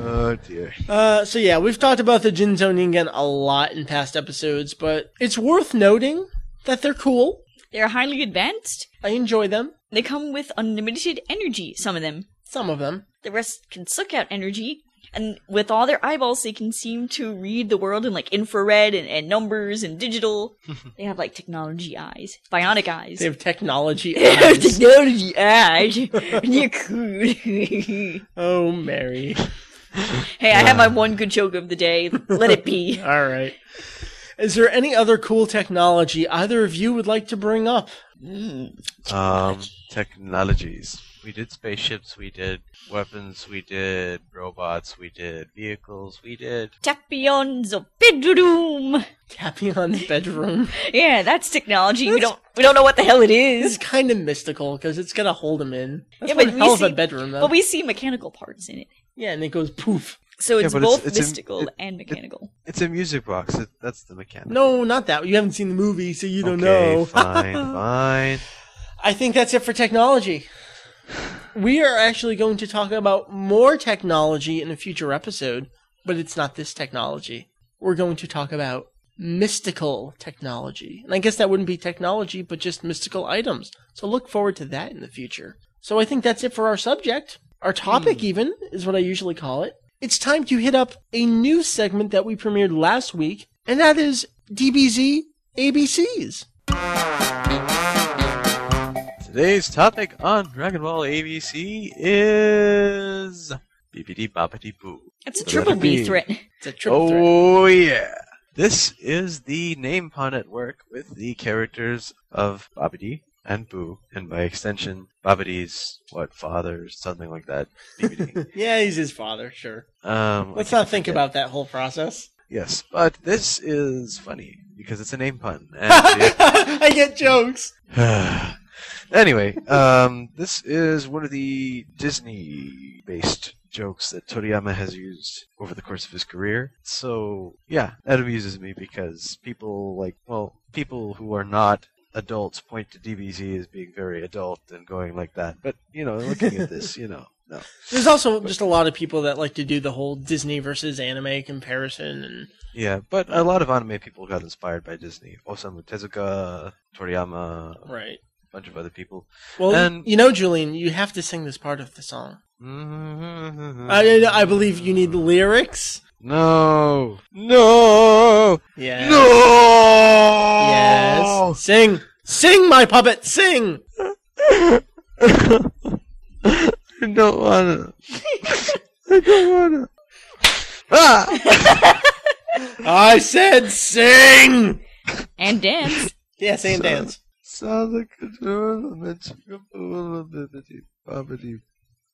Speaker 4: Oh, dear.
Speaker 1: Uh, so yeah, we've talked about the Jinzo Ningen a lot in past episodes, but it's worth noting that they're cool.
Speaker 3: They're highly advanced.
Speaker 1: I enjoy them.
Speaker 3: They come with unlimited energy, some of them.
Speaker 1: Some of them.
Speaker 3: The rest can suck out energy. And with all their eyeballs, they can seem to read the world in like infrared and, and numbers and digital. they have like technology eyes, bionic eyes.
Speaker 1: They have technology eyes.
Speaker 3: technology eyes. You're cool. hey,
Speaker 1: oh, Mary.
Speaker 3: I had my one good joke of the day. Let it be.
Speaker 1: All right. Is there any other cool technology either of you would like to bring up?
Speaker 4: Um, technologies. We did spaceships, we did weapons, we did robots, we did vehicles, we did.
Speaker 3: Tapions of bedroom.
Speaker 1: Tapion's bedroom
Speaker 3: Yeah, that's technology. we don't we don't know what the hell it
Speaker 1: is
Speaker 3: is.
Speaker 1: kind of mystical because it's gonna hold him in. That's
Speaker 3: Yeah,
Speaker 1: one
Speaker 3: but we
Speaker 1: hell of a
Speaker 3: see-
Speaker 1: bedroom, though.
Speaker 3: But we see mechanical parts in it.
Speaker 1: yeah, and it goes poof.
Speaker 3: So
Speaker 4: Yeah,
Speaker 3: it's
Speaker 4: but it's-
Speaker 3: both
Speaker 4: it's in-
Speaker 3: mystical
Speaker 4: it-
Speaker 3: and mechanical.
Speaker 4: It's a music box. It, that's the mechanic.
Speaker 1: No, not that. You haven't seen the movie, so you don't
Speaker 4: okay,
Speaker 1: know.
Speaker 4: fine, fine.
Speaker 1: I think that's it for technology. We are actually going to talk about more technology in a future episode, but it's not this technology. We're going to talk about mystical technology. And I guess that wouldn't be technology, but just mystical items. So look forward to that in the future. So I think that's it for our subject. Our topic, even, is what I usually call it. It's time to hit up a new segment that we premiered last week, and that is DBZ ABCs.
Speaker 4: Today's topic on Dragon Ball ABC is BBD Bobbity Boo.
Speaker 3: That's a
Speaker 4: Let it
Speaker 3: triple B
Speaker 4: be.
Speaker 3: threat.
Speaker 1: It's a triple threat.
Speaker 4: Oh yeah. This is the name pun at work with the characters of Bobbity and Boo, and by extension, Bobbity's what father, something like that. BBD.
Speaker 1: Yeah, he's his father, sure.
Speaker 4: um,
Speaker 1: Let's
Speaker 4: I
Speaker 1: not think
Speaker 4: forget.
Speaker 1: about that whole process.
Speaker 4: Yes, but this is funny because it's a name pun. And it-
Speaker 1: I get jokes.
Speaker 4: anyway, um, this is one of the Disney based jokes that Toriyama has used over the course of his career. So, yeah, that amuses me because people like, well, people who are not adults point to DBZ as being very adult and going like that. But you know, looking at this, you know, no.
Speaker 1: There's also just a lot of people that like to do the whole Disney versus anime comparison, and
Speaker 4: Yeah, but a lot of anime people got inspired by Disney. Osamu Tezuka, Toriyama,
Speaker 1: right.
Speaker 4: a bunch of other people.
Speaker 1: Well,
Speaker 4: And-
Speaker 1: you know, Julian, you have to sing this part of the song.
Speaker 4: Mm-hmm.
Speaker 1: I, I believe you need lyrics.
Speaker 4: No. No.
Speaker 1: Yeah.
Speaker 4: No.
Speaker 1: Yes. Sing. Sing, my puppet. Sing.
Speaker 4: I don't wanna. I don't wanna. Ah!
Speaker 1: I said sing.
Speaker 3: And dance.
Speaker 1: Yeah, sing and
Speaker 4: So-
Speaker 1: dance.
Speaker 4: Sounds like a tournament. Bobbity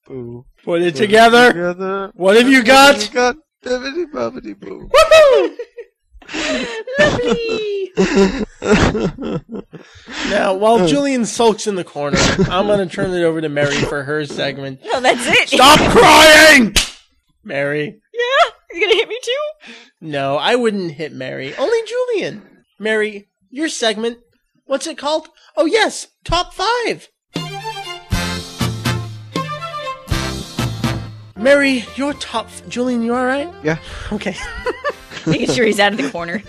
Speaker 4: boo.
Speaker 1: Put it together.
Speaker 4: Together.
Speaker 1: What have you
Speaker 4: You
Speaker 1: got?
Speaker 4: got bibbity bobbity boo.
Speaker 1: Lovely. Now, while Julian sulks in the corner, I'm going to turn it over to Mary for her segment.
Speaker 3: No, that's it.
Speaker 1: Stop crying! Mary.
Speaker 3: yeah, you're gonna hit me too.
Speaker 1: No, I wouldn't hit Mary. Only Julian. Mary, your segment. What's it called? Oh, yes, top five. Mary, your top. F- Julian, you alright?
Speaker 4: Yeah.
Speaker 1: Okay.
Speaker 3: Making sure he's out of the corner.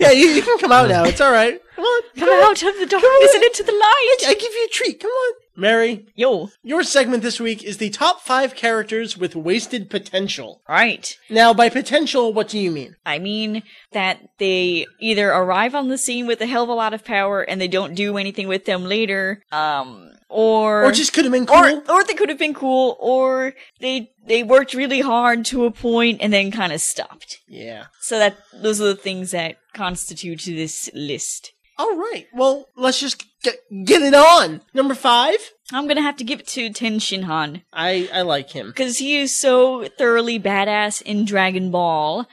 Speaker 1: yeah, you, you can come out now. It's alright. Come on.
Speaker 3: Come out of the darkness and into the light.
Speaker 1: I give you a treat. Come on. Mary,
Speaker 3: Yo,
Speaker 1: your segment this week is the top five characters with wasted potential.
Speaker 3: right.
Speaker 1: Now, by potential, what do you mean?
Speaker 3: I mean that they either arrive on the scene with a hell of a lot of power and they don't do anything with them later, um, or
Speaker 1: Or just could have been cool.
Speaker 3: or or they could have been cool, or they they worked really hard to a point and then kind of stopped.
Speaker 1: yeah.
Speaker 3: So that those are the things that constitute this list.
Speaker 1: All right. Well, let's just get, get it on. Number five.
Speaker 3: I'm gonna have to give it to Ten Shinhan
Speaker 1: I I like him.
Speaker 3: because he is so thoroughly badass in Dragon Ball,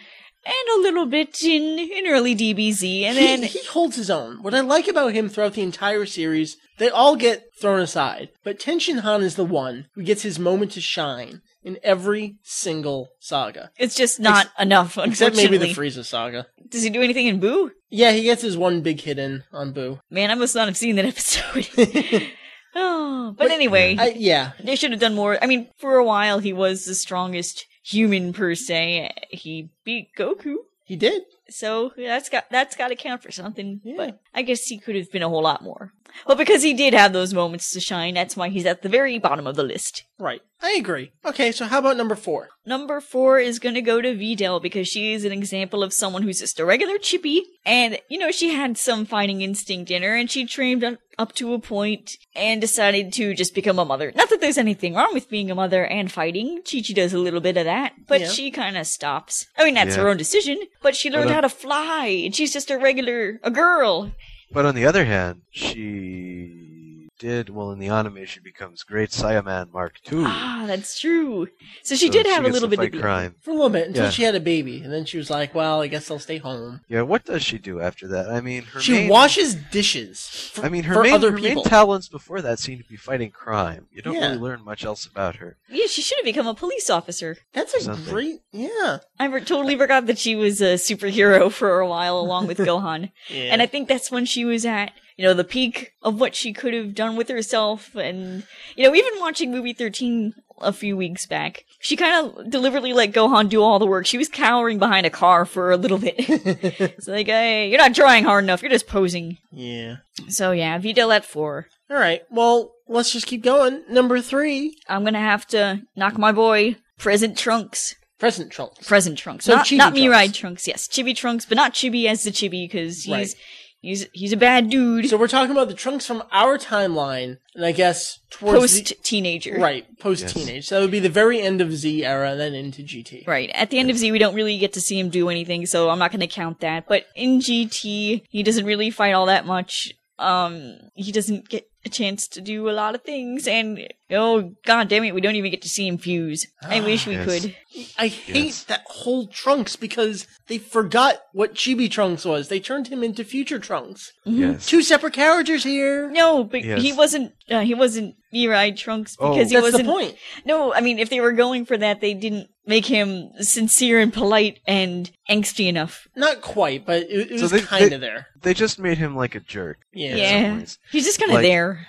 Speaker 3: and a little bit in in early DBZ, and
Speaker 1: He,
Speaker 3: then
Speaker 1: he holds his own. What I like about him throughout the entire series, they all get thrown aside, but Tenshin Han is the one who gets his moment to shine in every single saga,
Speaker 3: it's just not enough.
Speaker 1: except maybe the
Speaker 3: unfortunately.
Speaker 1: Frieza saga.
Speaker 3: Does he do anything in Boo?
Speaker 1: Yeah, he gets his one big hit in on Boo.
Speaker 3: Man, I must not have seen that episode. oh, but, anyway,
Speaker 1: I, yeah,
Speaker 3: they should have done more. I mean, for a while, he was the strongest human per se. He beat Goku,
Speaker 1: he did.
Speaker 3: so that's got that's got to count for something.
Speaker 1: Yeah.
Speaker 3: But I guess he could have been a whole lot more. But because he did have those moments to shine, that's why he's at the very bottom of the list.
Speaker 1: Right. I agree. Okay, so how about number four?
Speaker 3: Number four is going to go to Videl because she is an example of someone who's just a regular chippy. And, you know, she had some fighting instinct in her and she trained up- up to a point and decided to just become a mother. Not that there's anything wrong with being a mother and fighting. Chi Chi does a little bit of that, but
Speaker 1: Yeah.
Speaker 3: she kind of stops. I mean, that's
Speaker 4: Yeah. uh,
Speaker 3: her own decision, but she learned
Speaker 4: Well,
Speaker 3: how to fly and she's just a regular, a girl.
Speaker 4: But on the other hand, she did well in the anime. She becomes Great Saiyaman Mark II.
Speaker 3: Ah, that's true. So she
Speaker 4: So
Speaker 3: did have a
Speaker 4: gets
Speaker 3: little
Speaker 4: to
Speaker 3: bit of
Speaker 4: fight
Speaker 3: the-
Speaker 4: crime.
Speaker 1: For a little bit until
Speaker 4: Yeah.
Speaker 1: she had a baby, and then she was like, "Well, I guess I'll stay home."
Speaker 4: Yeah, what does she do after that? I mean, her
Speaker 1: She
Speaker 4: main,
Speaker 1: washes dishes. For,
Speaker 4: I mean, her
Speaker 1: for
Speaker 4: main
Speaker 1: other
Speaker 4: her
Speaker 1: people.
Speaker 4: main talents before that seem to be fighting crime. You don't
Speaker 1: Yeah.
Speaker 4: really learn much else about her.
Speaker 3: Yeah, she should have become a police officer.
Speaker 1: That's a
Speaker 4: something.
Speaker 1: great, yeah.
Speaker 3: I re- totally forgot that she was a superhero for a while along with Gohan.
Speaker 1: yeah.
Speaker 3: And I think that's when she was at, you know, the peak of what she could have done with herself. And, you know, even watching movie 13 a few weeks back, she kind of deliberately let Gohan do all the work. She was cowering behind a car for a little bit. it's like, hey, you're not trying hard enough. You're just posing.
Speaker 1: yeah.
Speaker 3: So yeah, Videl at four.
Speaker 1: All right. Well, let's just keep going. Number three,
Speaker 3: I'm going to have to knock my boy, Present Trunks.
Speaker 1: present trunks.
Speaker 3: present Trunks,
Speaker 1: So
Speaker 3: not
Speaker 1: chibi
Speaker 3: not
Speaker 1: Trunks.
Speaker 3: Mirai Trunks. Yes, Chibi Trunks, but not Chibi as the Chibi because he's
Speaker 1: Right.
Speaker 3: he's he's a bad dude,
Speaker 1: so we're talking about the trunks from our timeline, and I guess towards
Speaker 3: post teenager.
Speaker 1: the, right post teenage. So that would be the very end of Z era, and then into GT.
Speaker 3: Right. At the end of Z, we don't really get to see him do anything, so I'm not going to count that. But in GT, he doesn't really fight all that much. Um, he doesn't get a chance to do a lot of things, and oh god damn it, we don't even get to see him fuse. I
Speaker 1: Ah,
Speaker 3: wish we
Speaker 4: Yes.
Speaker 3: could.
Speaker 1: I hate that whole Trunks because they forgot what Chibi Trunks was. They turned him into Future Trunks.
Speaker 4: Yes.
Speaker 1: Mm-hmm. Two separate characters here.
Speaker 3: No, but
Speaker 4: Yes.
Speaker 3: he wasn't. Uh, he wasn't Mirai Trunks
Speaker 4: Oh.
Speaker 3: because he
Speaker 1: That's the
Speaker 3: wasn't.
Speaker 1: point.
Speaker 3: No, I mean, if they were going for that, they didn't make him sincere and polite and angsty enough.
Speaker 1: Not quite, but it, it
Speaker 4: So
Speaker 1: was
Speaker 4: they-
Speaker 1: kind
Speaker 4: they-
Speaker 1: of there.
Speaker 4: They just made him like a jerk.
Speaker 1: Yeah.
Speaker 4: in some
Speaker 3: Yeah.
Speaker 4: ways.
Speaker 3: He's just kind of
Speaker 4: Like-
Speaker 3: there.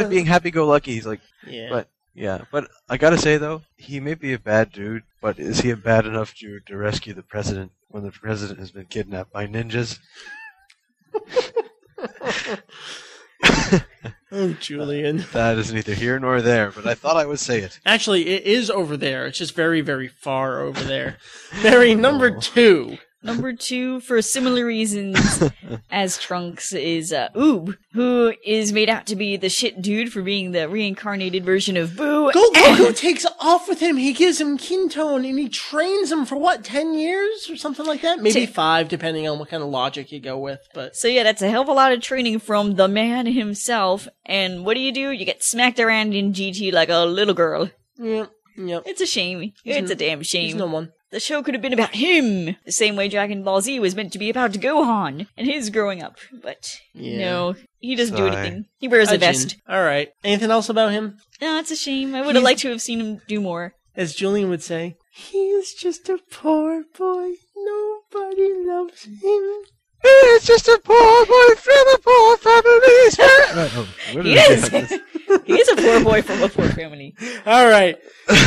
Speaker 4: of being happy-go-lucky, he's like,
Speaker 1: Yeah.
Speaker 4: But yeah, but I gotta say though, he may be a bad dude, but is he a bad enough dude to rescue the president when the president has been kidnapped by ninjas?
Speaker 1: oh, Julian.
Speaker 4: That is neither here nor there, but I thought I would say it.
Speaker 1: Actually, it is over there. It's just very, very far over there. Very number two.
Speaker 3: Number two, for similar reasons as Trunks, is uh, Oob, who is made out to be the shit dude for being the reincarnated version of Boo.
Speaker 1: Go
Speaker 3: and-
Speaker 1: Goku takes off with him. He gives him Kintone and he trains him for what, 10 years or something like that? Maybe
Speaker 3: Ta-
Speaker 1: five, depending on what kind of logic you go with. But
Speaker 3: So yeah, that's a hell of a lot of training from the man himself. And what do you do? You get smacked around in GT like a little girl.
Speaker 1: yeah, yeah.
Speaker 3: It's a shame. It's a damn
Speaker 1: Mm, He's
Speaker 3: shame.
Speaker 1: no one.
Speaker 3: The show could have been about him, the same way Dragon Ball Z was meant to be about Gohan and his growing up. But
Speaker 1: Yeah.
Speaker 3: no, he doesn't do
Speaker 4: Sigh.
Speaker 3: anything. He wears a
Speaker 1: Ajin.
Speaker 3: vest.
Speaker 1: All right. Anything else about him?
Speaker 3: No, it's a shame. I would
Speaker 1: He's-
Speaker 3: have liked to have seen him do more.
Speaker 1: As Julian would say, he is just a poor boy. Nobody loves him.
Speaker 4: It's just a poor boy from a poor family.
Speaker 3: He is. he is a poor boy from a poor family.
Speaker 1: All right.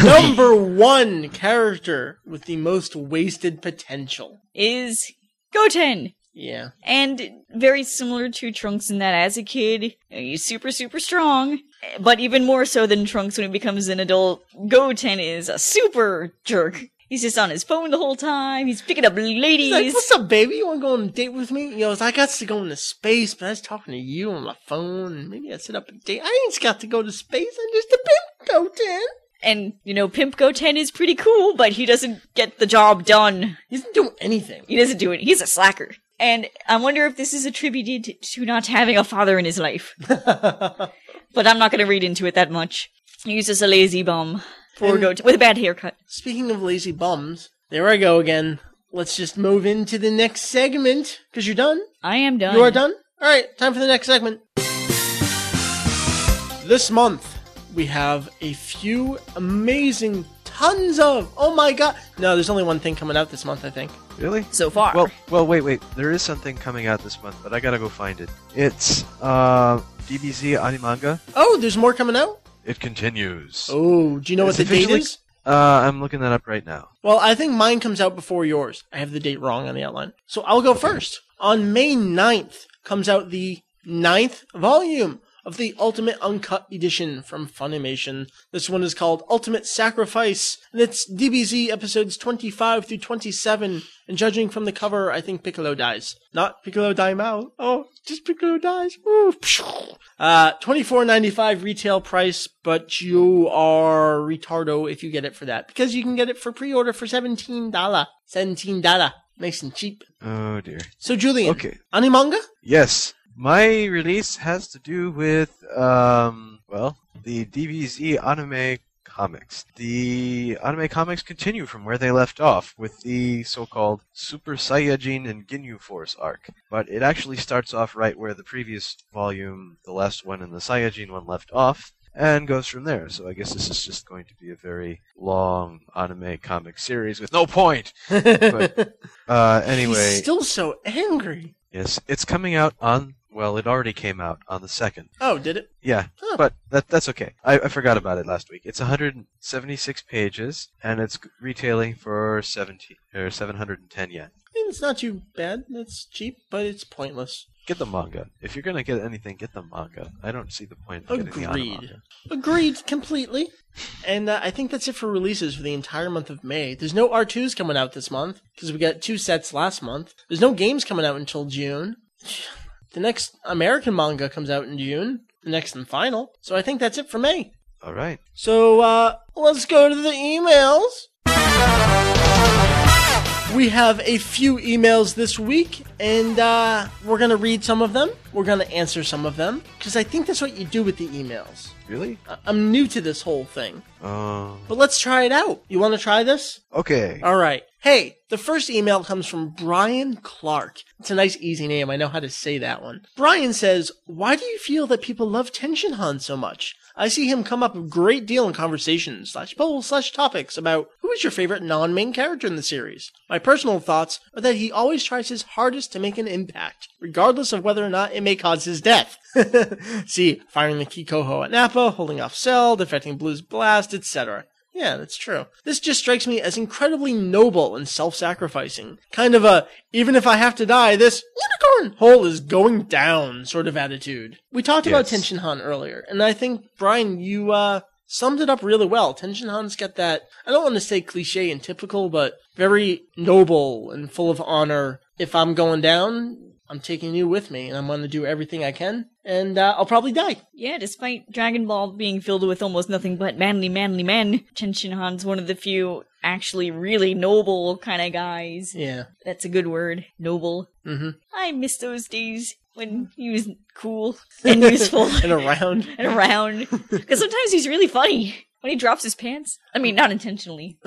Speaker 1: Number one character with the most wasted potential.
Speaker 3: Is Goten.
Speaker 1: Yeah.
Speaker 3: And very similar to Trunks in that as a kid, he's super, super strong. But even more so than Trunks when he becomes an adult, Goten is a super jerk. He's just on his phone the whole time. He's picking up ladies.
Speaker 1: He's like, what's up, baby? You want to go on a date with me? You know, it's like, I got to go into space, but I was talking to you on my phone. Maybe I set up a date. I ain't got to go to space. I'm just a pimp, Goten.
Speaker 3: and, you know, Pimp Goten is pretty cool, but he doesn't get the job done.
Speaker 1: He doesn't do anything.
Speaker 3: He doesn't do it. He's a slacker. And I wonder if this is attributed to not having a father in his life. but I'm not going to read into it that much. He's just a lazy bum. Poor Goten. With a bad haircut.
Speaker 1: Speaking of lazy bums, there I go again. Let's just move into the next segment because you're done.
Speaker 3: I am done.
Speaker 1: You are done? All right, time for the next segment. This month, we have a few amazing tons of. Oh my god. No, there's only one thing coming out this month, I think.
Speaker 4: Really?
Speaker 3: so far.
Speaker 4: Well, well, wait, wait. There is something coming out this month, but I gotta go find it. It's uh, DBZ Animanga.
Speaker 1: Oh, there's more coming out?
Speaker 4: It continues.
Speaker 1: Oh, do you know what
Speaker 4: It's
Speaker 1: the date
Speaker 4: officially-
Speaker 1: is?
Speaker 4: Uh, I'm looking that up right now.
Speaker 1: Well, I think mine comes out before yours. I have the date wrong on the outline. So I'll go first. On May 9th comes out the ninth volume of the Ultimate Uncut Edition from Funimation. This one is called Ultimate Sacrifice, and it's DBZ episodes 25 through 27. And judging from the cover, I think Piccolo dies. Not Piccolo Daimao. Oh, just Piccolo dies. Ooh, pshh. Uh, twenty four ninety five retail price, but you are retardo if you get it for that because you can get it for pre order for seventeen dollar, seventeen dollar, nice and cheap.
Speaker 4: Oh dear.
Speaker 1: So Julian,
Speaker 4: Okay.
Speaker 1: animanga?
Speaker 4: Yes, my release has to do with um, well, the DBZ anime comics. The anime comics continue from where they left off with the so-called Super Saiyajin and Ginyu Force arc, but it actually starts off right where the previous volume, the last one and the Saiyajin one left off. And goes from there. So I guess this is just going to be a very long anime comic series with no point. But, uh, anyway,
Speaker 1: He's still so angry.
Speaker 4: Yes, it's coming out on. Well, it already came out on the second.
Speaker 1: Oh, did it?
Speaker 4: Yeah,
Speaker 1: Huh.
Speaker 4: but that that's okay. I, I forgot about it last week. It's 176 pages, and it's retailing for 17 or 710 yen.
Speaker 1: I mean, it's not too bad. It's cheap, but it's pointless.
Speaker 4: Get the manga. If you're gonna get anything, get the manga. I don't see the point of getting the
Speaker 1: Agreed.
Speaker 4: manga.
Speaker 1: Agreed completely. And uh, I think that's it for releases for the entire month of May. There's no R2s coming out this month because we got two sets last month. There's no games coming out until June. The next American manga comes out in June, the next and final. So I think that's it for May.
Speaker 4: All right.
Speaker 1: So uh, let's go to the emails. We have a few emails this week, and uh, we're going to read some of them. We're going to answer some of them, because I think that's what you do with the emails.
Speaker 4: Really?
Speaker 1: I- I'm new to this whole thing,
Speaker 4: Uh,
Speaker 1: but let's try it out. You want to try this?
Speaker 4: okay.
Speaker 1: All right. Hey, the first email comes from Brian Clark. It's a nice, easy name. I know how to say that one. Brian says, Why do you feel that people love Tension Han so much? I see him come up a great deal in conversations slash polls slash topics about who is your favorite non-main character in the series. My personal thoughts are that he always tries his hardest to make an impact, regardless of whether or not it may cause his death. see, firing the Kikoho at Nappa, holding off Cell, defecting Blue's blast, etc. Yeah, that's true. This just strikes me as incredibly noble and self-sacrificing. Kind of a, even if I have to die, this unicorn hole is going down sort of attitude. We talked about
Speaker 4: Yes.
Speaker 1: Tenshin Han earlier, and I think, Brian, you, uh, summed it up really well. Tenshin Han's got that, I don't want to say cliche and typical, but very noble and full of honor. If I'm going down, I'm taking you with me, and I'm going to do everything I can, and uh, I'll probably die.
Speaker 3: Yeah, despite Dragon Ball being filled with almost nothing but manly, manly men, Tenshin Han's one of the few actually really noble kind of guys.
Speaker 1: Yeah.
Speaker 3: That's a good word, noble.
Speaker 1: Mhm.
Speaker 3: I miss those days when he was cool and useful
Speaker 1: and around.
Speaker 3: and around. Because sometimes he's really funny when he drops his pants. I mean, not intentionally.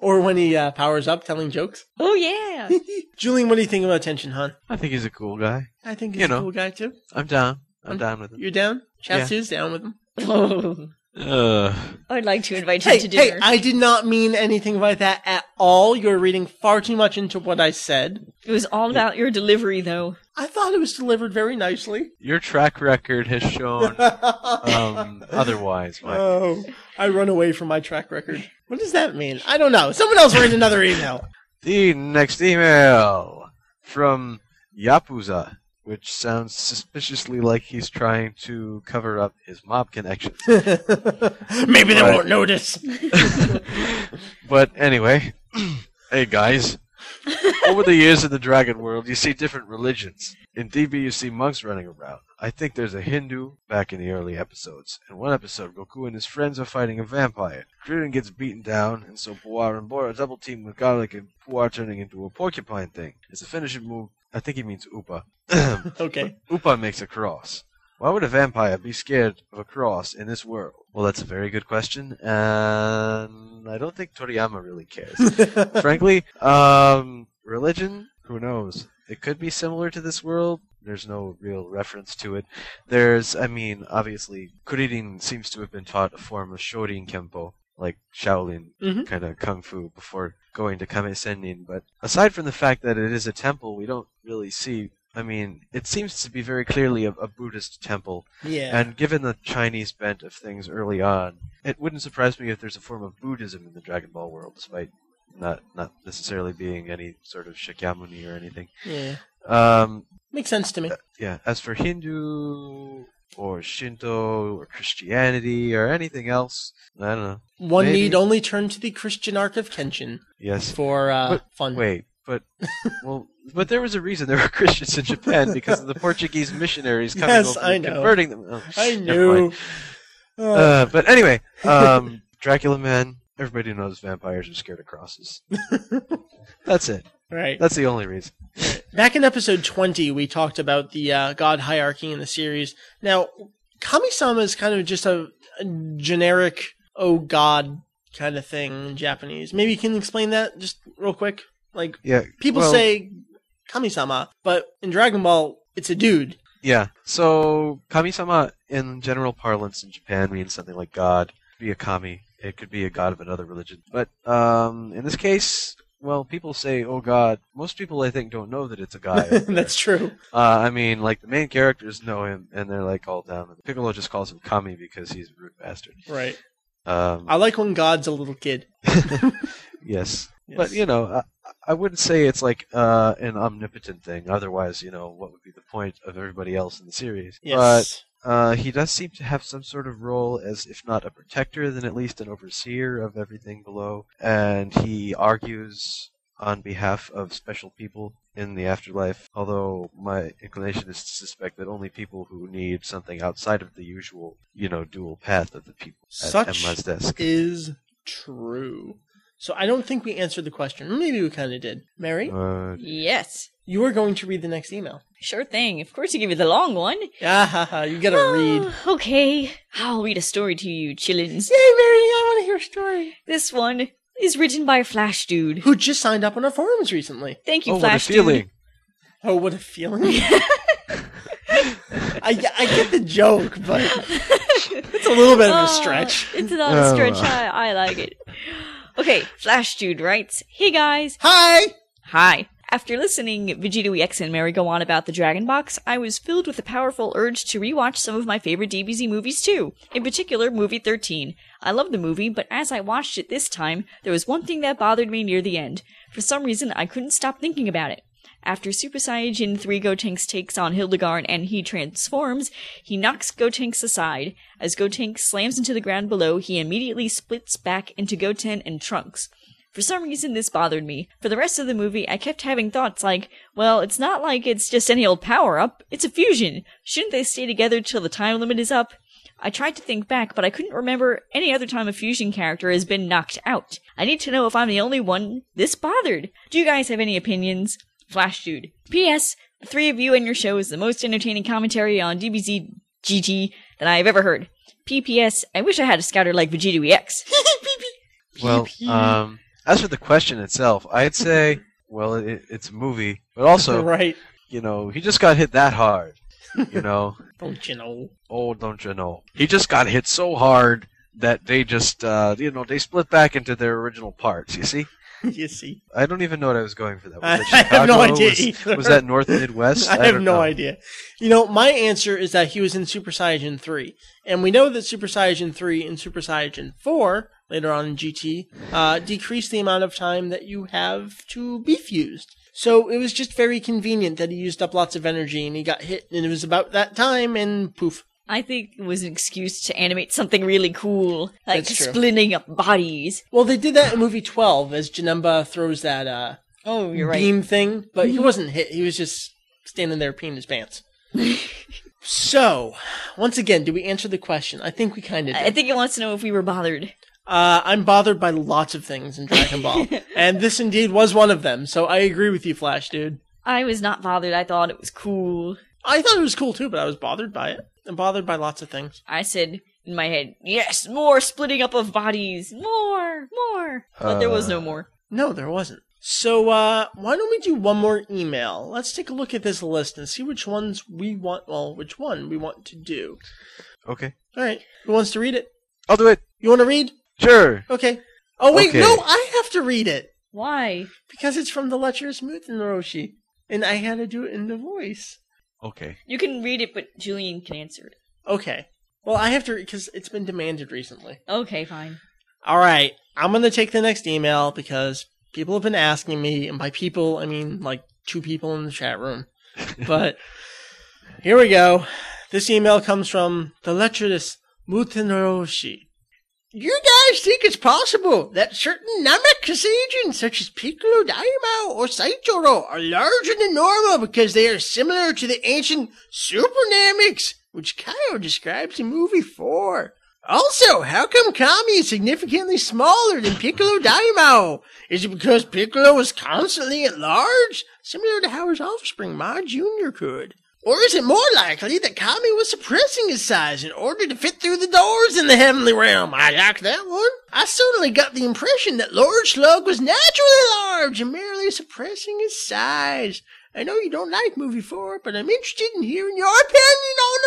Speaker 1: Or when he uh, powers up telling jokes.
Speaker 3: Oh yeah,
Speaker 1: Julian, what do you think about Tension Han?
Speaker 4: I think he's a cool guy.
Speaker 1: I think he's
Speaker 4: You
Speaker 1: a
Speaker 4: know.
Speaker 1: cool guy too.
Speaker 4: I'm down.
Speaker 1: Uh.
Speaker 4: I'm down with him.
Speaker 1: You're down?
Speaker 4: Yeah.
Speaker 1: Chatsu's down with him.
Speaker 3: Oh,
Speaker 4: Uh,
Speaker 3: I'd like to invite him
Speaker 1: Hey,
Speaker 3: to
Speaker 1: hey,
Speaker 3: dinner.
Speaker 1: I did not mean anything by that at all. You're reading far too much into what I said.
Speaker 3: It was all about your delivery, though.
Speaker 1: I thought it was delivered very nicely.
Speaker 4: your track record has shown um, otherwise, Mike.
Speaker 1: Oh, I run away from my track record. What does that mean? I don't know. Someone else read another email.
Speaker 4: The next email from Yapuza, which sounds suspiciously like he's trying to cover up his mob connections.
Speaker 1: Maybe they won't notice.
Speaker 4: but anyway, hey guys. Over the years in the dragon world, you see different religions. In DB, you see monks running around. I think there's a Hindu back in the early episodes. In one episode, Goku and his friends are fighting a vampire. Krillin gets beaten down, and so Puar and Bora double team with Garlic and Puar turning into a porcupine thing. It's a finishing move. I think he means Upa.
Speaker 1: Okay.
Speaker 4: Upa makes a cross. Why would a vampire be scared of a cross in this world? Well, that's a very good question, and I don't think Toriyama really cares. Frankly, um, religion, who knows? It could be similar to this world. There's no real reference to it. There's, I mean, obviously, Kuririn seems to have been taught a form of Shorin Kempo, like Shaolin
Speaker 1: Mhm.
Speaker 4: kind of kung fu, before going to Kame Sennin. But aside from the fact that it is a temple, we don't really see. I mean, it seems to be very clearly a, a Buddhist temple,
Speaker 1: Yeah.
Speaker 4: and given the Chinese bent of things early on, it wouldn't surprise me if there's a form of Buddhism in the Dragon Ball world, despite not not necessarily being any sort of Shakyamuni or anything.
Speaker 1: yeah.
Speaker 4: Um,
Speaker 1: Makes sense to me.
Speaker 4: yeah. As for Hindu or Shinto or Christianity or anything else, I don't know.
Speaker 1: One
Speaker 4: maybe-
Speaker 1: need only turn to the Christian arc of Kenshin
Speaker 4: Yes.
Speaker 1: for uh,
Speaker 4: But-
Speaker 1: fun.
Speaker 4: Wait, but well, but there was a reason there were Christians in Japan because of the Portuguese missionaries coming
Speaker 1: Yes,
Speaker 4: over
Speaker 1: I
Speaker 4: and
Speaker 1: know.
Speaker 4: converting them. Oh,
Speaker 1: I
Speaker 4: never mind.
Speaker 1: knew. Uh,
Speaker 4: Uh, but anyway, um, Dracula Man. Everybody knows vampires are scared of crosses. That's it.
Speaker 1: right.
Speaker 4: That's the only reason.
Speaker 1: Back in episode 20, we talked about the uh, god hierarchy in the series. Now, Kami-sama is kind of just a, a generic oh god kind of thing in Japanese. Maybe you can explain that just real quick. Like
Speaker 4: Yeah.
Speaker 1: people
Speaker 4: well,
Speaker 1: say Kami-sama, but in Dragon Ball it's a dude.
Speaker 4: Yeah. So kami-sama in general parlance in Japan means something like god. Be a kami. It could be a god of another religion. But um, in this case, well, people say, "Oh God." Most people, I think, don't know that it's a guy.
Speaker 1: That's true.
Speaker 4: Uh, I mean, like the main characters know him, and they're like all down. with it. Piccolo just calls him Kami because he's a rude bastard.
Speaker 1: Right.
Speaker 4: Um,
Speaker 1: I like when God's a little kid.
Speaker 4: yes.
Speaker 1: Yes.
Speaker 4: But you know, I, I wouldn't say it's like uh, an omnipotent thing. Otherwise, you know, what would be the point of everybody else in the series?
Speaker 1: yes.
Speaker 4: But uh, he does seem to have some sort of role as, if not a protector, then at least an overseer of everything below. And he argues on behalf of special people in the afterlife. Although my inclination is to suspect that only people who need something outside of the usual, you know, dual path of the people at
Speaker 1: Such
Speaker 4: Emma's desk.
Speaker 1: is true. So I don't think we answered the question. Maybe we kind of did. Mary,
Speaker 4: Uh,
Speaker 3: Yes.
Speaker 1: you are going to read the next email.
Speaker 3: Sure thing. Of course, you give me the long one.
Speaker 1: Ah, ha, ha, you gotta read. Yay, Mary,
Speaker 3: Okay. I'll read a story to you, chillins.
Speaker 1: I want to hear a story.
Speaker 3: This one is written by Flash Dude.
Speaker 1: Who just signed up on our forums recently.
Speaker 3: Thank you,
Speaker 4: oh, what a
Speaker 3: Flash Dude.
Speaker 4: feeling!
Speaker 1: Oh, what a feeling. I, I get the joke, but it's a little bit of a
Speaker 3: Oh,
Speaker 1: stretch.
Speaker 3: it's not a stretch. I, I like it. Okay, Flash Dude writes, Hey guys,
Speaker 1: Hi!
Speaker 3: Hi. After listening Vegeta EX and Mary go on about the Dragon Box, I was filled with a powerful urge to rewatch some of my favorite DBZ movies too, in particular movie 13. I love the movie, but as I watched it this time, there was one thing that bothered me near the end. For some reason, I couldn't stop thinking about it. After Super Saiyajin 3 Gotenks takes on Hildegard and he transforms, he knocks Gotenks aside. As Gotenks slams into the ground below, he immediately splits back into Goten and Trunks. For some reason, this bothered me. For the rest of the movie, I kept having thoughts like, well, it's not like it's just any old power up, it's a fusion. Shouldn't they stay together till the time limit is up? I tried to think back, but I couldn't remember any other time a fusion character has been knocked out. I need to know if I'm the only one this bothered. Do you guys have any opinions? Flash Dude. P.S. The three of you and your show is the most entertaining commentary on DBZ GT that I have ever heard. P.P.S. I wish I had a scouter like Vegeta E EX.
Speaker 4: Well, um, as for the question itself, I'd say, well, it, it's a movie, but also,
Speaker 1: right.
Speaker 4: you know, he just got hit that hard. You know,
Speaker 1: Don't you know?
Speaker 4: oh, don't you know? He just got hit so hard that they just, uh, you know, they split back into their original parts. You see,
Speaker 1: you see.
Speaker 4: I don't even know what I was going for that.
Speaker 1: I-
Speaker 4: Was
Speaker 1: I
Speaker 4: that
Speaker 1: have no
Speaker 4: Chicago?
Speaker 1: idea
Speaker 4: Was,
Speaker 1: either.
Speaker 4: was that North Midwest?
Speaker 1: I have
Speaker 4: don't
Speaker 1: no
Speaker 4: know.
Speaker 1: idea. You know, my answer is that he was in Super Saiyan 3. And we know that Super Saiyan 3 and Super Saiyan 4, later on in GT, uh, decrease the amount of time that you have to be fused. So it was just very convenient that he used up lots of energy and he got hit, and it was about that time, and poof.
Speaker 3: I think it was an excuse to animate something really cool, like
Speaker 1: That's true.
Speaker 3: splitting up bodies.
Speaker 1: Well, they did that in movie 12 as Janemba throws that uh,
Speaker 3: Oh, you're
Speaker 1: beam thing, but he wasn't hit. He was just standing there peeing his pants. so, once again, did we answer the question? I think we kind of did.
Speaker 3: I think it wants to know if we were bothered.
Speaker 1: Uh, I'm bothered by lots of things in Dragon Ball, and this indeed was one of them. So I agree with you, Flash, dude.
Speaker 3: I was not bothered. I thought it was cool.
Speaker 1: I thought it was cool too, but I was bothered by it. I'm bothered by lots of things.
Speaker 3: I said in my head, "Yes, more splitting up of bodies, more, more." But there was no more.
Speaker 1: No, there wasn't. So uh, why don't we do one more email? Let's take a look at this list and see which ones we want. Well, which one we want to do.
Speaker 4: Okay,
Speaker 1: All right, who wants to read it?
Speaker 4: I'll do it.
Speaker 1: You want to read?
Speaker 4: Sure.
Speaker 1: Okay. Oh wait,
Speaker 4: Okay.
Speaker 1: no, I have to read it
Speaker 3: Why?
Speaker 1: because it's from the lecherous Mutton Roshi, and I had to do it in the voice.
Speaker 4: Okay.
Speaker 3: You can read it, but Julian can answer it.
Speaker 1: Okay. Well, I have to because it's been demanded recently.
Speaker 3: Okay, fine.
Speaker 1: All right, I'm gonna take the next email because people have been asking me, and by people I mean like two people in the chat room. but here we go. This email comes from the lecherous Mutanoshi. You guys think it's possible that certain Namex agents such as Piccolo Daimao or Saichoro are larger than normal because they are similar to the ancient Super Namex, which Kyle describes in movie 4. Also, how come Kami is significantly smaller than Piccolo Daimao? Is it because Piccolo was constantly at large, similar to how his offspring Ma Jr. could? Or is it more likely that Kami was suppressing his size in order to fit through the doors in the heavenly realm? I like that one. I suddenly got the impression that Lord Slug was naturally large and merely suppressing his size. I know you don't like movie four, but I'm interested in hearing your opinion on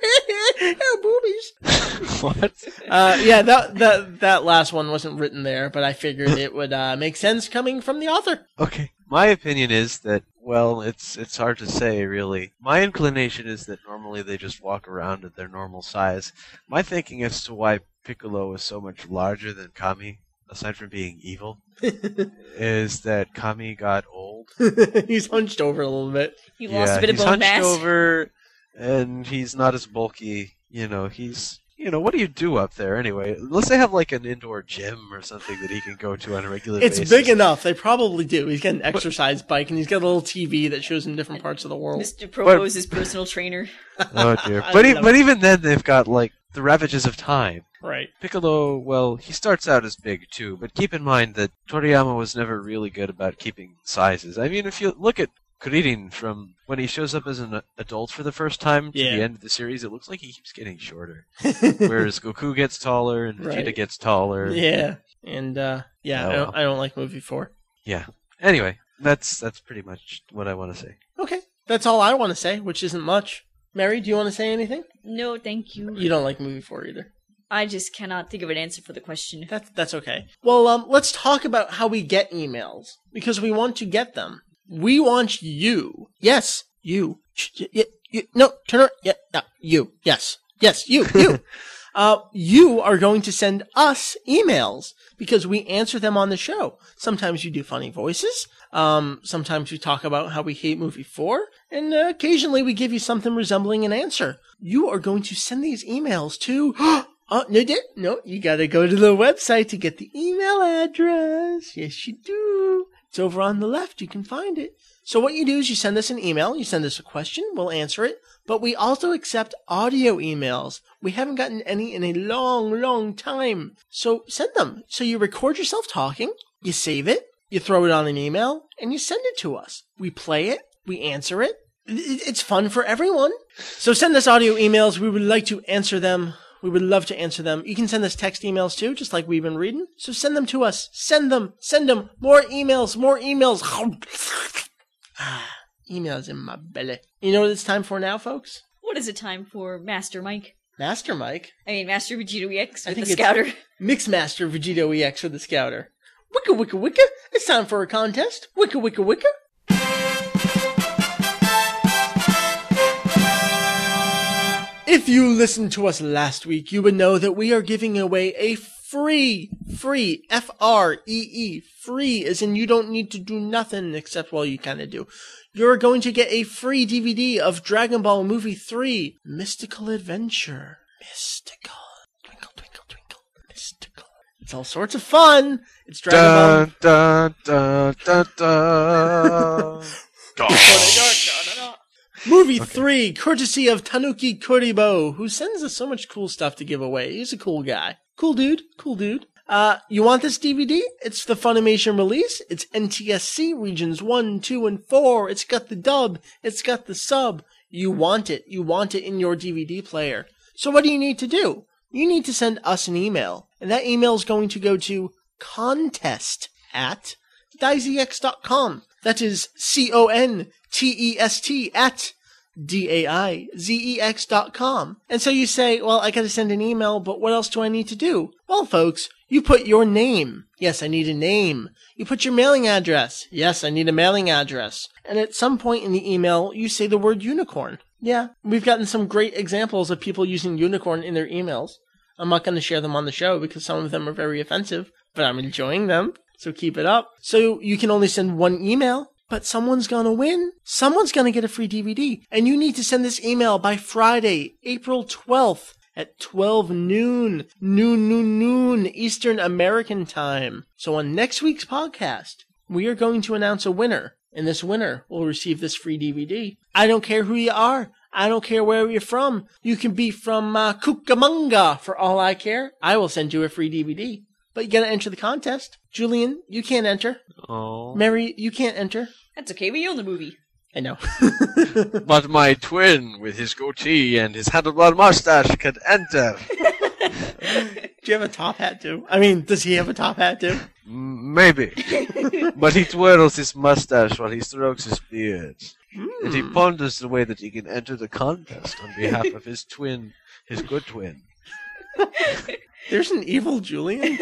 Speaker 1: the matter. oh, boobies.
Speaker 4: What?
Speaker 1: Uh, yeah, that that that last one wasn't written there, but I figured it would uh, make sense coming from the author.
Speaker 4: Okay. My opinion is that well, it's it's hard to say really. My inclination is that normally they just walk around at their normal size. My thinking as to why Piccolo is so much larger than Kami, aside from being evil, is that Kami got old.
Speaker 1: He's hunched over a little bit.
Speaker 3: You lost
Speaker 4: yeah,
Speaker 3: a bit of
Speaker 4: he's
Speaker 3: bone
Speaker 4: hunched
Speaker 3: mass.
Speaker 4: over, and he's not as bulky. You know, he's you know what do you do up there anyway? Let's say have like an indoor gym or something that he can go to on a regular
Speaker 1: It's
Speaker 4: basis.
Speaker 1: big enough. They probably do. He's got an exercise bike and he's got a little TV that shows him different parts of the world.
Speaker 3: Mr. Provo's his personal trainer.
Speaker 4: Oh dear! But, e-
Speaker 1: love
Speaker 4: but even then, they've got like the ravages of time.
Speaker 1: Right.
Speaker 4: Piccolo, well, he starts out as big too, but keep in mind that Toriyama was never really good about keeping sizes. I mean, if you look at Kuririn from when he shows up as an adult for the first time to
Speaker 1: Yeah.
Speaker 4: the end of the series, it looks like he keeps getting shorter. Whereas Goku gets taller and Vegeta
Speaker 1: Right.
Speaker 4: gets taller.
Speaker 1: Yeah. And uh yeah, I
Speaker 4: Oh, well.
Speaker 1: don't I don't like movie 4.
Speaker 4: Yeah. Anyway, that's that's pretty much what I want to say.
Speaker 1: Okay. That's all I want to say, which isn't much. Mary, do you want to say anything?
Speaker 3: No, thank you.
Speaker 1: You don't like movie 4 either.
Speaker 3: I just cannot think of an answer for the question.
Speaker 1: That's that's okay. Well, um, let's talk about how we get emails because we want to get them. We want you. Yes, you. Y- y- y- no, turn around. Yeah, no, you. Yes, yes, you. You. uh, you are going to send us emails because we answer them on the show. Sometimes you do funny voices. Um, sometimes we talk about how we hate movie four, and uh, occasionally we give you something resembling an answer. You are going to send these emails to. Oh no, di- no! You gotta go to the website to get the email address. Yes, you do. It's over on the left. You can find it. So what you do is you send us an email. You send us a question. We'll answer it. But we also accept audio emails. We haven't gotten any in a long, long time. So send them. So you record yourself talking. You save it. You throw it on an email, and you send it to us. We play it. We answer it. It- It's fun for everyone. So send us audio emails. We would like to answer them. We would love to answer them. You can send us text emails too, just like we've been reading. So send them to us. Send them. Send them. More emails. More emails. Ah, emails in my belly. You know what it's time for now, folks?
Speaker 3: What is it time for, Master Mike?
Speaker 1: Master Mike.
Speaker 3: I mean, Master Vegeta EX
Speaker 1: I
Speaker 3: with the
Speaker 1: think it's-
Speaker 3: Scouter.
Speaker 1: Mixmaster Vegito EX for the Scouter. Wicka wicka wicka. It's time for a contest. Wicka wicka wicka. If you listened to us last week, you would know that we are giving away a free, free, F R E E, free, as in you don't need to do nothing except, well, you kind of do. You're going to get a free DVD of Dragon Ball Movie 3 Mystical Adventure. Mystical. Twinkle, twinkle, twinkle. Mystical. It's all sorts of fun. It's Dragon Ball.
Speaker 4: Dun, dun, dun, dun, dun.
Speaker 1: Movie three, courtesy of Tanuki Kuribo, who sends us so much cool stuff to give away. He's a cool guy. Cool dude. Cool dude. Uh, you want this DVD? It's the Funimation release. It's NTSC regions one, two, and four. It's got the dub. It's got the sub. You want it. You want it in your DVD player. So what do you need to do? You need to send us an email. And that email is going to go to contest at daisyx.com. That is C O N T E S T at D A I Z E X dot com. And so you say, well, I got to send an email, but what else do I need to do? Well, folks, you put your name. Yes, I need a name. You put your mailing address. Yes, I need a mailing address. And at some point in the email, you say the word unicorn. Yeah, we've gotten some great examples of people using unicorn in their emails. I'm not going to share them on the show because some of them are very offensive, but I'm enjoying them. So keep it up. So you can only send one email, but someone's going to win. Someone's going to get a free DVD. And you need to send this email by Friday, April 12th at 12 noon, noon, noon, noon Eastern American time. So on next week's podcast, we are going to announce a winner, and this winner will receive this free DVD. I don't care who you are. I don't care where you're from. You can be from uh, Cucamonga for all I care. I will send you a free DVD. But you gotta enter the contest. Julian, you can't enter.
Speaker 4: Oh.
Speaker 1: Mary, you can't enter.
Speaker 3: That's okay, we own the movie.
Speaker 1: I know.
Speaker 4: But my twin, with his goatee and his handlebar mustache, could enter.
Speaker 1: Do you have a top hat too? I mean, does he have a top hat too?
Speaker 4: M- Maybe. but he twirls his mustache while he strokes his beard.
Speaker 1: Hmm.
Speaker 4: And he ponders the way that he can enter the contest on behalf of his twin, his good twin.
Speaker 1: There's an evil Julian.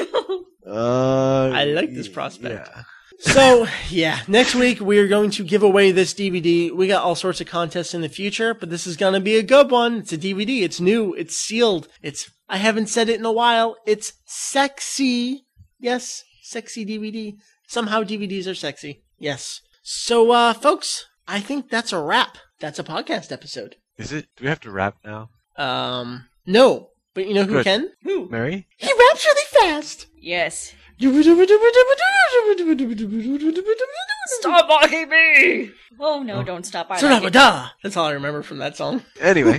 Speaker 4: Uh,
Speaker 1: I like this
Speaker 4: y-
Speaker 1: prospect.
Speaker 4: yeah.
Speaker 1: So, yeah, next week we are going to give away this DVD. We got all sorts of contests in the future, but this is going to be a good one. It's a DVD. It's new. It's sealed. It's, I haven't said it in a while. It's sexy. Yes, sexy DVD. Somehow DVDs are sexy. Yes. So, uh, folks, I think that's a wrap. That's a podcast episode.
Speaker 4: Is it? Do we have to wrap now?
Speaker 1: Um, no, but you know who
Speaker 4: Good.
Speaker 1: can?
Speaker 3: Who?
Speaker 4: Mary?
Speaker 1: He raps really fast.
Speaker 3: Yes. Stop mocking me! Oh no, don't stop. I like it.
Speaker 1: Sarabada! That's all I remember from that song.
Speaker 4: Anyway,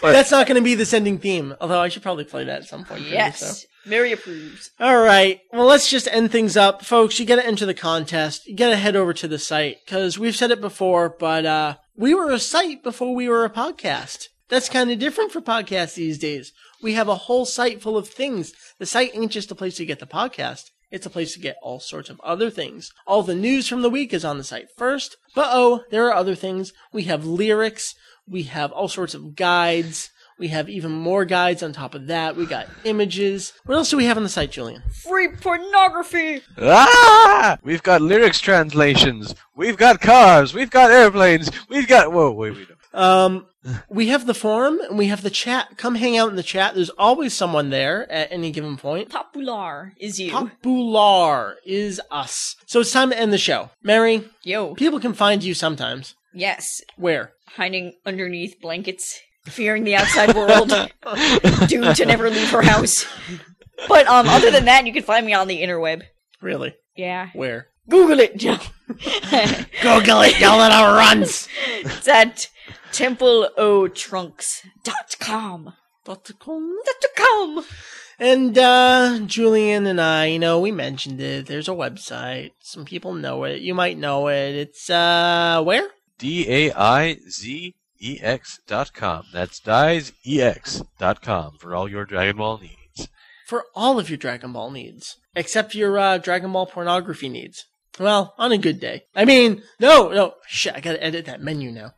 Speaker 1: That's not going to be this ending theme, although I should probably play that at some point. for you, so.
Speaker 3: Yes. Mary approves.
Speaker 1: All right. Well, let's just end things up, folks. You got to enter the contest. You got to head over to the site because we've said it before, but uh, we were a site before we were a podcast. That's kind of different for podcasts these days. We have a whole site full of things. The site ain't just a place to get the podcast. It's a place to get all sorts of other things. All the news from the week is on the site first, but oh, there are other things. We have lyrics. We have all sorts of guides. We have even more guides on top of that. We got images. What else do we have on the site, Julian?
Speaker 3: Free pornography!
Speaker 4: ah, we've got lyrics translations, we've got cars, we've got airplanes, we've got. Whoa, wait, wait.
Speaker 1: Um, we have the forum and we have the chat. Come hang out in the chat. There's always someone there at any given point.
Speaker 3: Popular is you.
Speaker 1: Popular is us. So it's time to end the show. Mary,
Speaker 3: Yo.
Speaker 1: people can find you sometimes.
Speaker 3: Yes.
Speaker 1: Where?
Speaker 3: Hiding underneath blankets, fearing the outside world, doomed to never leave her house. But um, other than that, you can find me on the interweb.
Speaker 1: Really?
Speaker 3: Yeah.
Speaker 1: Where?
Speaker 3: Google it, Joe.
Speaker 1: Google it, y'all that runs.
Speaker 3: it's at templeotrunks.com. Dot com.
Speaker 1: And uh Julian and I, you know, we mentioned it. There's a website. Some people know it. You might know it. It's uh where?
Speaker 4: D A I Z E X dot com. That's diezex dot com for all your Dragon Ball needs.
Speaker 1: for all of your Dragon Ball needs, except your uh, Dragon Ball pornography needs. Well, on a good day. I mean, no, no, shit, I gotta edit that menu now.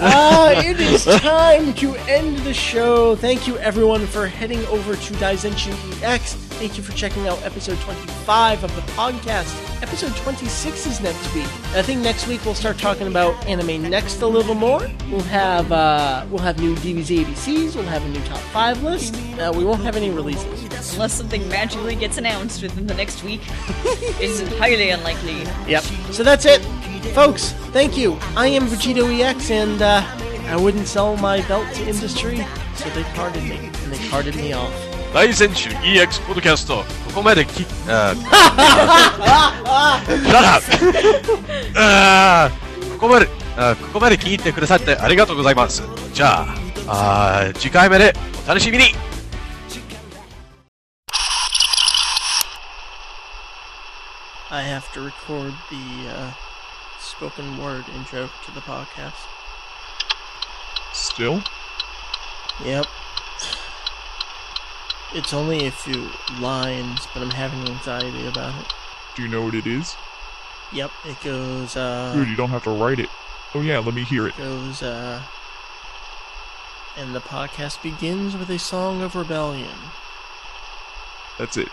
Speaker 1: Ah, it is time to end the show. Thank you everyone for heading over to Daisenshu EX. Thank you for checking out episode 25 of the podcast. Episode 26 is next week. I think next week we'll start talking about anime next a little more. We'll have uh, we'll have new DBZ ABCs. We'll have a new top five list. Uh, we won't have any releases.
Speaker 3: Unless something magically gets announced within the next week, it's highly unlikely.
Speaker 1: Yep. So that's it, folks. Thank you. I am Vegito EX, and uh, I wouldn't sell my belt to industry, so they carded me, and they carded me off.
Speaker 4: 大選手 EX ポッドキャスト、ここまでき、あーなんだあーここまで、あーここまで聞いてくださってありがとうございます。じゃあ、あー次回までお楽しみに
Speaker 1: I have to record the uh, spoken word intro to the podcast.
Speaker 8: Still?
Speaker 1: Yep. It's only a few lines, but I'm having anxiety about it.
Speaker 8: Do you know what it is?
Speaker 1: Yep, it goes,
Speaker 8: Dude,
Speaker 1: uh,
Speaker 8: you don't have to write it. Oh yeah, let me hear it.
Speaker 1: goes, uh, and the podcast begins with a song of rebellion.
Speaker 8: That's it.